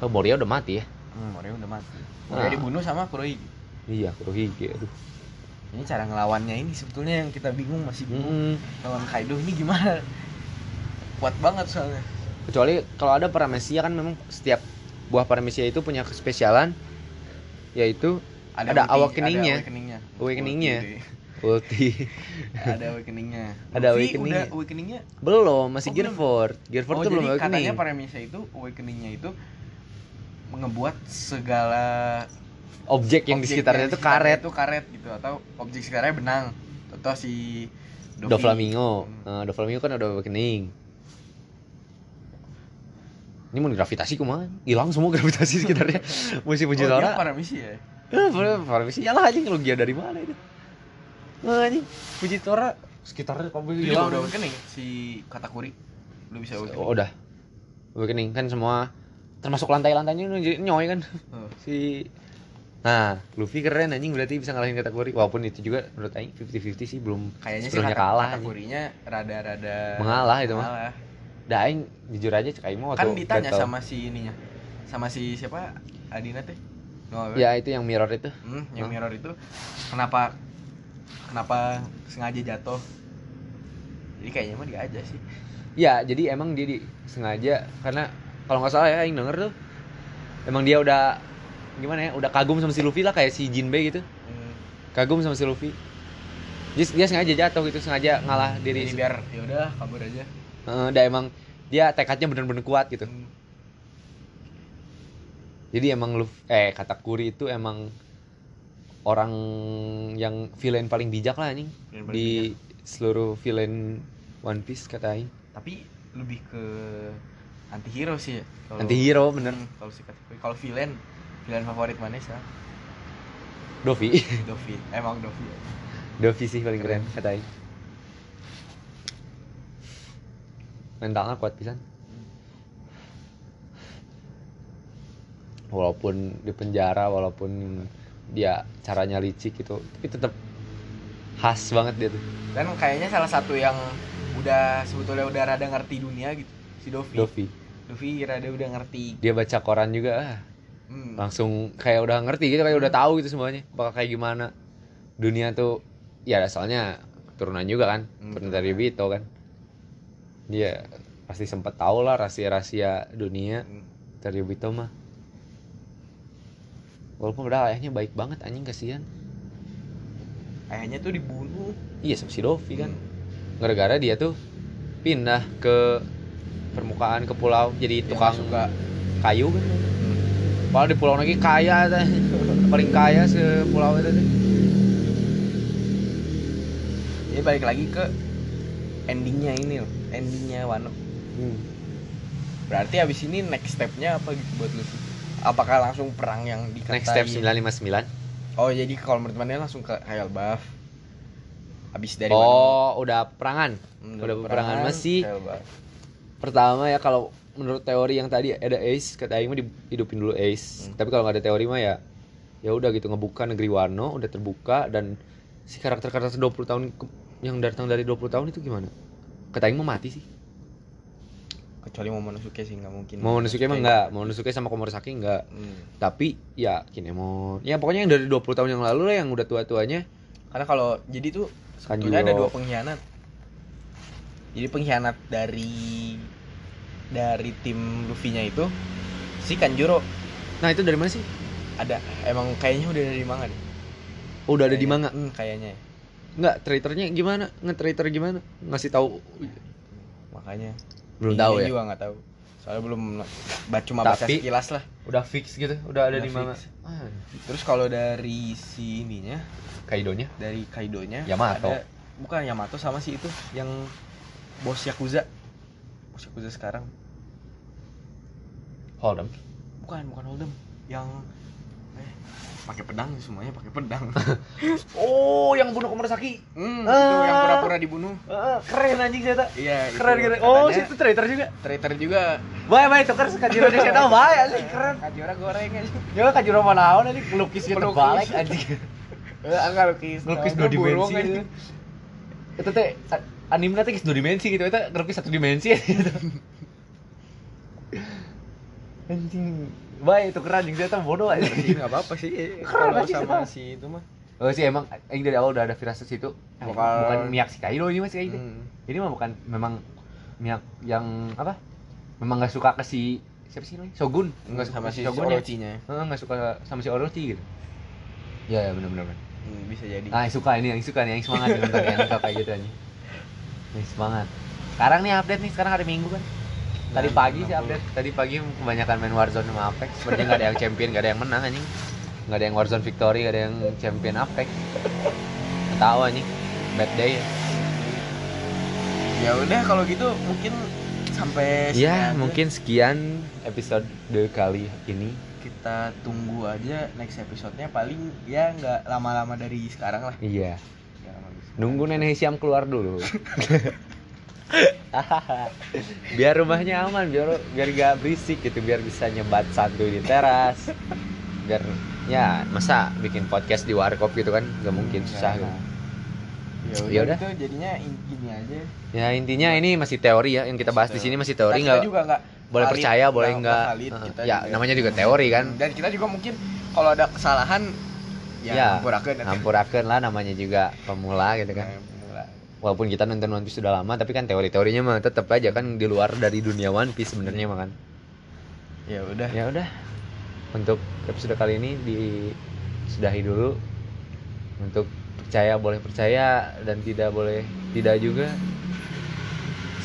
[SPEAKER 2] Oh, Moria udah mati ya?
[SPEAKER 1] Hmm, Moria udah mati.
[SPEAKER 2] Ah.
[SPEAKER 1] Moria dibunuh sama Kurohige.
[SPEAKER 2] Iya, Kurohige. Aduh.
[SPEAKER 1] Ini cara ngelawannya ini sebetulnya yang kita bingung masih bingung
[SPEAKER 2] Mm-mm.
[SPEAKER 1] lawan Kaido ini gimana? Kuat banget soalnya.
[SPEAKER 2] Kecuali kalau ada Paramecia kan memang setiap buah Paramecia itu punya kespesialan yaitu Ada
[SPEAKER 1] ulti-
[SPEAKER 2] awakening-nya.
[SPEAKER 1] Ada awakening-nya.
[SPEAKER 2] Awakening-nya.
[SPEAKER 1] Ulti deh.
[SPEAKER 2] ulti.
[SPEAKER 1] ada awakening-nya.
[SPEAKER 2] Ada
[SPEAKER 1] Luffy
[SPEAKER 2] awakening-nya.
[SPEAKER 1] Udah awakening-nya
[SPEAKER 2] belum, masih
[SPEAKER 1] Oh,
[SPEAKER 2] Gear
[SPEAKER 1] belum.
[SPEAKER 2] 4. Gear 4
[SPEAKER 1] oh,
[SPEAKER 2] tuh belum
[SPEAKER 1] jadi katanya
[SPEAKER 2] awakening.
[SPEAKER 1] Paramecia itu awakening-nya itu ngebuat segala
[SPEAKER 2] Objek yang di
[SPEAKER 1] objek
[SPEAKER 2] sekitarnya
[SPEAKER 1] yang
[SPEAKER 2] itu
[SPEAKER 1] di sekitarnya
[SPEAKER 2] karet.
[SPEAKER 1] itu karet gitu atau objek sekitarnya benang atau si Dovi.
[SPEAKER 2] Doflamingo.
[SPEAKER 1] Hmm.
[SPEAKER 2] Nah, Doflamingo kan udah awakening. Ini mau gravitasi kumaha? Hilang semua gravitasi sekitarnya. Mesti
[SPEAKER 1] Oh,
[SPEAKER 2] puji
[SPEAKER 1] dia
[SPEAKER 2] Tora.
[SPEAKER 1] Paramecia ya?
[SPEAKER 2] Eh, Par- Parmisi iyalah anjing lu gila dari mana itu? Nah, anjing puji Tora sekitarnya kamu
[SPEAKER 1] Itu juga
[SPEAKER 2] hilang.
[SPEAKER 1] Iya, udah awakening si Katakuri. Lu bisa awakening.
[SPEAKER 2] Oh, udah. Awakening kan semua termasuk lantai-lantainya udah jadi nyoy kan.
[SPEAKER 1] Hmm.
[SPEAKER 2] Si Nah, Luffy keren anjing berarti bisa ngalahin kategori walaupun itu juga menurut aing 50-50 sih belum
[SPEAKER 1] Kayaknya sih
[SPEAKER 2] sepenuhnya
[SPEAKER 1] kata-
[SPEAKER 2] kalah anjing.
[SPEAKER 1] kategorinya rada-rada
[SPEAKER 2] mengalah itu mah.
[SPEAKER 1] mengalah.
[SPEAKER 2] Dah aing jujur aja cek aing mah waktu
[SPEAKER 1] Kan ditanya
[SPEAKER 2] battle.
[SPEAKER 1] sama si ininya. Sama si siapa? Adina teh. No,
[SPEAKER 2] Ya itu yang mirror itu.
[SPEAKER 1] Hmm, yang
[SPEAKER 2] Hah?
[SPEAKER 1] mirror itu kenapa kenapa sengaja jatuh? Jadi kayaknya mah dia aja sih.
[SPEAKER 2] Ya, jadi emang dia di- sengaja karena kalau nggak salah ya aing denger tuh emang dia udah gimana ya, udah kagum sama si Luffy lah kayak si Jinbei gitu.
[SPEAKER 1] Hmm,
[SPEAKER 2] Kagum sama si Luffy. Dia, dia sengaja jatuh gitu, sengaja ngalah diri.
[SPEAKER 1] jadi biar ya udah kabur aja.
[SPEAKER 2] Eh, dah emang dia tekadnya bener-bener kuat gitu.
[SPEAKER 1] Hmm.
[SPEAKER 2] Jadi emang lu eh Katakuri itu emang orang yang villain paling bijak lah anjing
[SPEAKER 1] Villain paling
[SPEAKER 2] di seluruh villain One Piece kata aing.
[SPEAKER 1] Tapi lebih ke anti hero sih ya. Kalau-
[SPEAKER 2] Anti-hero bener
[SPEAKER 1] Hmm, Kalau si kategori kalau villain villain favorit mana sih?
[SPEAKER 2] Dovi.
[SPEAKER 1] Dovi. Eh, Emang Dovi. ya.
[SPEAKER 2] Dovi sih paling keren
[SPEAKER 1] Hmm.
[SPEAKER 2] kata aing. Mentalnya kuat pisan. Walaupun di penjara, walaupun dia caranya licik gitu, tapi tetap khas banget dia tuh.
[SPEAKER 1] Dan kayaknya salah satu yang udah sebetulnya udah rada ngerti dunia gitu. Si Dovi.
[SPEAKER 2] Dovi.
[SPEAKER 1] Dovi rada udah ngerti.
[SPEAKER 2] Dia baca koran juga ah.
[SPEAKER 1] Hmm.
[SPEAKER 2] langsung kayak udah ngerti gitu kayak udah tahu gitu semuanya bakal kayak gimana dunia tuh ya soalnya turunan juga kan
[SPEAKER 1] Hmm,
[SPEAKER 2] turunan dari Bito kan dia pasti sempet tahu lah rahasia-rahasia dunia
[SPEAKER 1] Hmm.
[SPEAKER 2] dari Bito mah walaupun padahal ayahnya baik banget anjing kasihan
[SPEAKER 1] Ayahnya tuh dibunuh.
[SPEAKER 2] iya sama si Dovi kan
[SPEAKER 1] Hmm.
[SPEAKER 2] gara-gara dia tuh pindah ke permukaan ke pulau jadi
[SPEAKER 1] Dia nggak
[SPEAKER 2] tukang
[SPEAKER 1] suka. Hmm.
[SPEAKER 2] kayu kan Padahal di pulau lagi kaya teh. Paling kaya se pulau itu teh.
[SPEAKER 1] Jadi balik lagi ke endingnya ini loh. Endingnya Wano. Hmm. Berarti abis ini next stepnya apa gitu buat lu? tuh? Apakah langsung perang yang dikatain?
[SPEAKER 2] Next step 959.
[SPEAKER 1] Oh jadi kalau menurut mana langsung ke Hayal Buff. Abis dari Wano,
[SPEAKER 2] oh, udah perangan.
[SPEAKER 1] hmm,
[SPEAKER 2] udah
[SPEAKER 1] dari
[SPEAKER 2] peperangan masih.
[SPEAKER 1] Hayal Buff.
[SPEAKER 2] Pertama ya kalau menurut teori yang tadi ada Ace, kata Aing mah dihidupin dulu Ace.
[SPEAKER 1] Hmm.
[SPEAKER 2] Tapi kalau nggak ada teori mah ya ya udah gitu ngebuka negeri Wano, udah terbuka dan si karakter-karakter 20 tahun ke- yang datang dari 20 tahun itu gimana? Kata Aing mah mati sih.
[SPEAKER 1] kecuali mau Momonosuke sih nggak mungkin
[SPEAKER 2] Mau Momonosuke mah enggak, Momonosuke sama Komurasaki enggak.
[SPEAKER 1] Hmm.
[SPEAKER 2] Tapi ya Kinemon. Ya pokoknya yang dari 20 tahun yang lalu lah yang udah tua-tuanya
[SPEAKER 1] karena kalau jadi tuh
[SPEAKER 2] Kan
[SPEAKER 1] sebetulnya ada
[SPEAKER 2] Sanjuro.
[SPEAKER 1] dua pengkhianat jadi pengkhianat dari dari tim Luffy-nya itu si Kanjuro
[SPEAKER 2] Nah, itu dari mana sih?
[SPEAKER 1] ada emang kayaknya udah dari manga deh
[SPEAKER 2] Oh, udah ada di
[SPEAKER 1] Kayaknya.
[SPEAKER 2] manga.
[SPEAKER 1] Hmm, kayaknya ya.
[SPEAKER 2] Enggak, tradernya gimana? Nge-trader gimana? Ngasih tahu
[SPEAKER 1] makanya
[SPEAKER 2] belum
[SPEAKER 1] Ini
[SPEAKER 2] tahu ya.
[SPEAKER 1] juga nggak tahu soalnya belum ba- cuma baca
[SPEAKER 2] Tapi-
[SPEAKER 1] sekilas lah
[SPEAKER 2] Udah fix gitu, udah
[SPEAKER 1] Udah fix.
[SPEAKER 2] Ah,
[SPEAKER 1] terus kalau dari si ininya
[SPEAKER 2] Kaidonya.
[SPEAKER 1] dari Kaidonya
[SPEAKER 2] Yamato.
[SPEAKER 1] ada- bukan Yamato sama si itu yang bos Yakuza bos Yakuza sekarang
[SPEAKER 2] Hold'em.
[SPEAKER 1] bukan bukan Hold'em yang eh, pakai pedang semuanya pakai pedang
[SPEAKER 2] Oh, yang bunuh Komurasaki.
[SPEAKER 1] hmm, itu
[SPEAKER 2] Ah.
[SPEAKER 1] yang pura-pura dibunuh
[SPEAKER 2] keren anjing saya
[SPEAKER 1] iya itu
[SPEAKER 2] Oh,
[SPEAKER 1] katanya
[SPEAKER 2] trader juga.
[SPEAKER 1] traitor juga
[SPEAKER 2] Bye bye tuker Kajiro di saya bye anjing keren.
[SPEAKER 1] kajora goreng aja
[SPEAKER 2] Ya Kajiro mau naon anjing lukis
[SPEAKER 1] Pelukis.
[SPEAKER 2] anjing.
[SPEAKER 1] Eh, enggak lukis
[SPEAKER 2] Lukis
[SPEAKER 1] Tahu,
[SPEAKER 2] dua dimensi
[SPEAKER 1] burung, anjing.
[SPEAKER 2] gitu. Itu teh a- anime teh geus dua dimensi gitu, eta ngelukis satu dimensi gitu. Anjing. Bye tuker anjing saya teh bodoh anjing.
[SPEAKER 1] Tapi nggak apa-apa sih eh,
[SPEAKER 2] Keren
[SPEAKER 1] kalau
[SPEAKER 2] aja,
[SPEAKER 1] sama
[SPEAKER 2] Bang.
[SPEAKER 1] si itu mah
[SPEAKER 2] Oh sih emang aing dari awal udah ada firasat situ.
[SPEAKER 1] Bakal-
[SPEAKER 2] Bukan miak si Kaido ini Mas gitu. Kaido.
[SPEAKER 1] Hmm.
[SPEAKER 2] Ini mah bukan memang miak yang apa? Memang nggak suka ke si siapa sih namanya? Shogun. Nggak suka
[SPEAKER 1] sama
[SPEAKER 2] ke
[SPEAKER 1] si
[SPEAKER 2] Shogun ya.
[SPEAKER 1] Orochinya
[SPEAKER 2] Heeh, nggak suka sama si Orochi gitu. Ya, ya benar-benar.
[SPEAKER 1] hmm, bisa jadi
[SPEAKER 2] Ah, yang suka ini yang suka nih, yang semangat nih nonton yang suka kayak gitu anjing. Yang semangat. Sekarang nih update nih, sekarang hari Minggu kan. Tadi
[SPEAKER 1] Nah,
[SPEAKER 2] pagi sih
[SPEAKER 1] 60.
[SPEAKER 2] update. Tadi pagi kebanyakan main Warzone sama Apex. Sebenarnya nggak ada yang champion, nggak ada yang menang anjing. Nggak ada yang Warzone victory, nggak ada yang champion Apex. Nggak tahu anjing. Bad day. ya.
[SPEAKER 1] ya udah kalau gitu mungkin sampai sini
[SPEAKER 2] Ya,
[SPEAKER 1] aja.
[SPEAKER 2] mungkin sekian episode kali ini.
[SPEAKER 1] kita tunggu aja next episode-nya paling ya nggak lama-lama dari sekarang lah
[SPEAKER 2] Iya.
[SPEAKER 1] Nggak lama dari sekarang.
[SPEAKER 2] Nunggu nenek Siam keluar dulu. biar rumahnya aman, biar biar gak berisik gitu, biar bisa nyebat santuy di teras, biar ya masa bikin podcast di warkop gitu kan nggak mungkin
[SPEAKER 1] Hmm,
[SPEAKER 2] susah
[SPEAKER 1] nggak
[SPEAKER 2] gitu.
[SPEAKER 1] enak.
[SPEAKER 2] Ya
[SPEAKER 1] ya udah
[SPEAKER 2] udah.
[SPEAKER 1] itu jadinya in- gini aja
[SPEAKER 2] ya intinya ini masih teori ya yang kita bahas di sini masih teori
[SPEAKER 1] Dan Iya. kita
[SPEAKER 2] nggak
[SPEAKER 1] juga nggak
[SPEAKER 2] boleh
[SPEAKER 1] valid,
[SPEAKER 2] percaya boleh
[SPEAKER 1] nggak
[SPEAKER 2] nggak
[SPEAKER 1] valid
[SPEAKER 2] Heeh.
[SPEAKER 1] kita
[SPEAKER 2] ya
[SPEAKER 1] juga.
[SPEAKER 2] namanya juga teori kan
[SPEAKER 1] dan kita juga mungkin kalau ada kesalahan ya,
[SPEAKER 2] Ya,
[SPEAKER 1] ampurakeun eta.
[SPEAKER 2] ngampurakeun lah namanya juga pemula gitu kan
[SPEAKER 1] Nah, pemula.
[SPEAKER 2] walaupun kita nonton One Piece sudah lama tapi kan teori-teorinya mah tetap aja kan di luar dari dunia One Piece sebenarnya mah kan
[SPEAKER 1] ya udah
[SPEAKER 2] ya udah untuk episode kali ini disudahi dulu untuk percaya boleh percaya dan tidak boleh tidak juga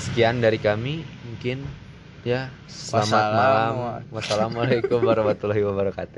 [SPEAKER 2] sekian dari kami mungkin ya selamat malam
[SPEAKER 1] Wassalamu-
[SPEAKER 2] wassalamualaikum warahmatullahi wabarakatuh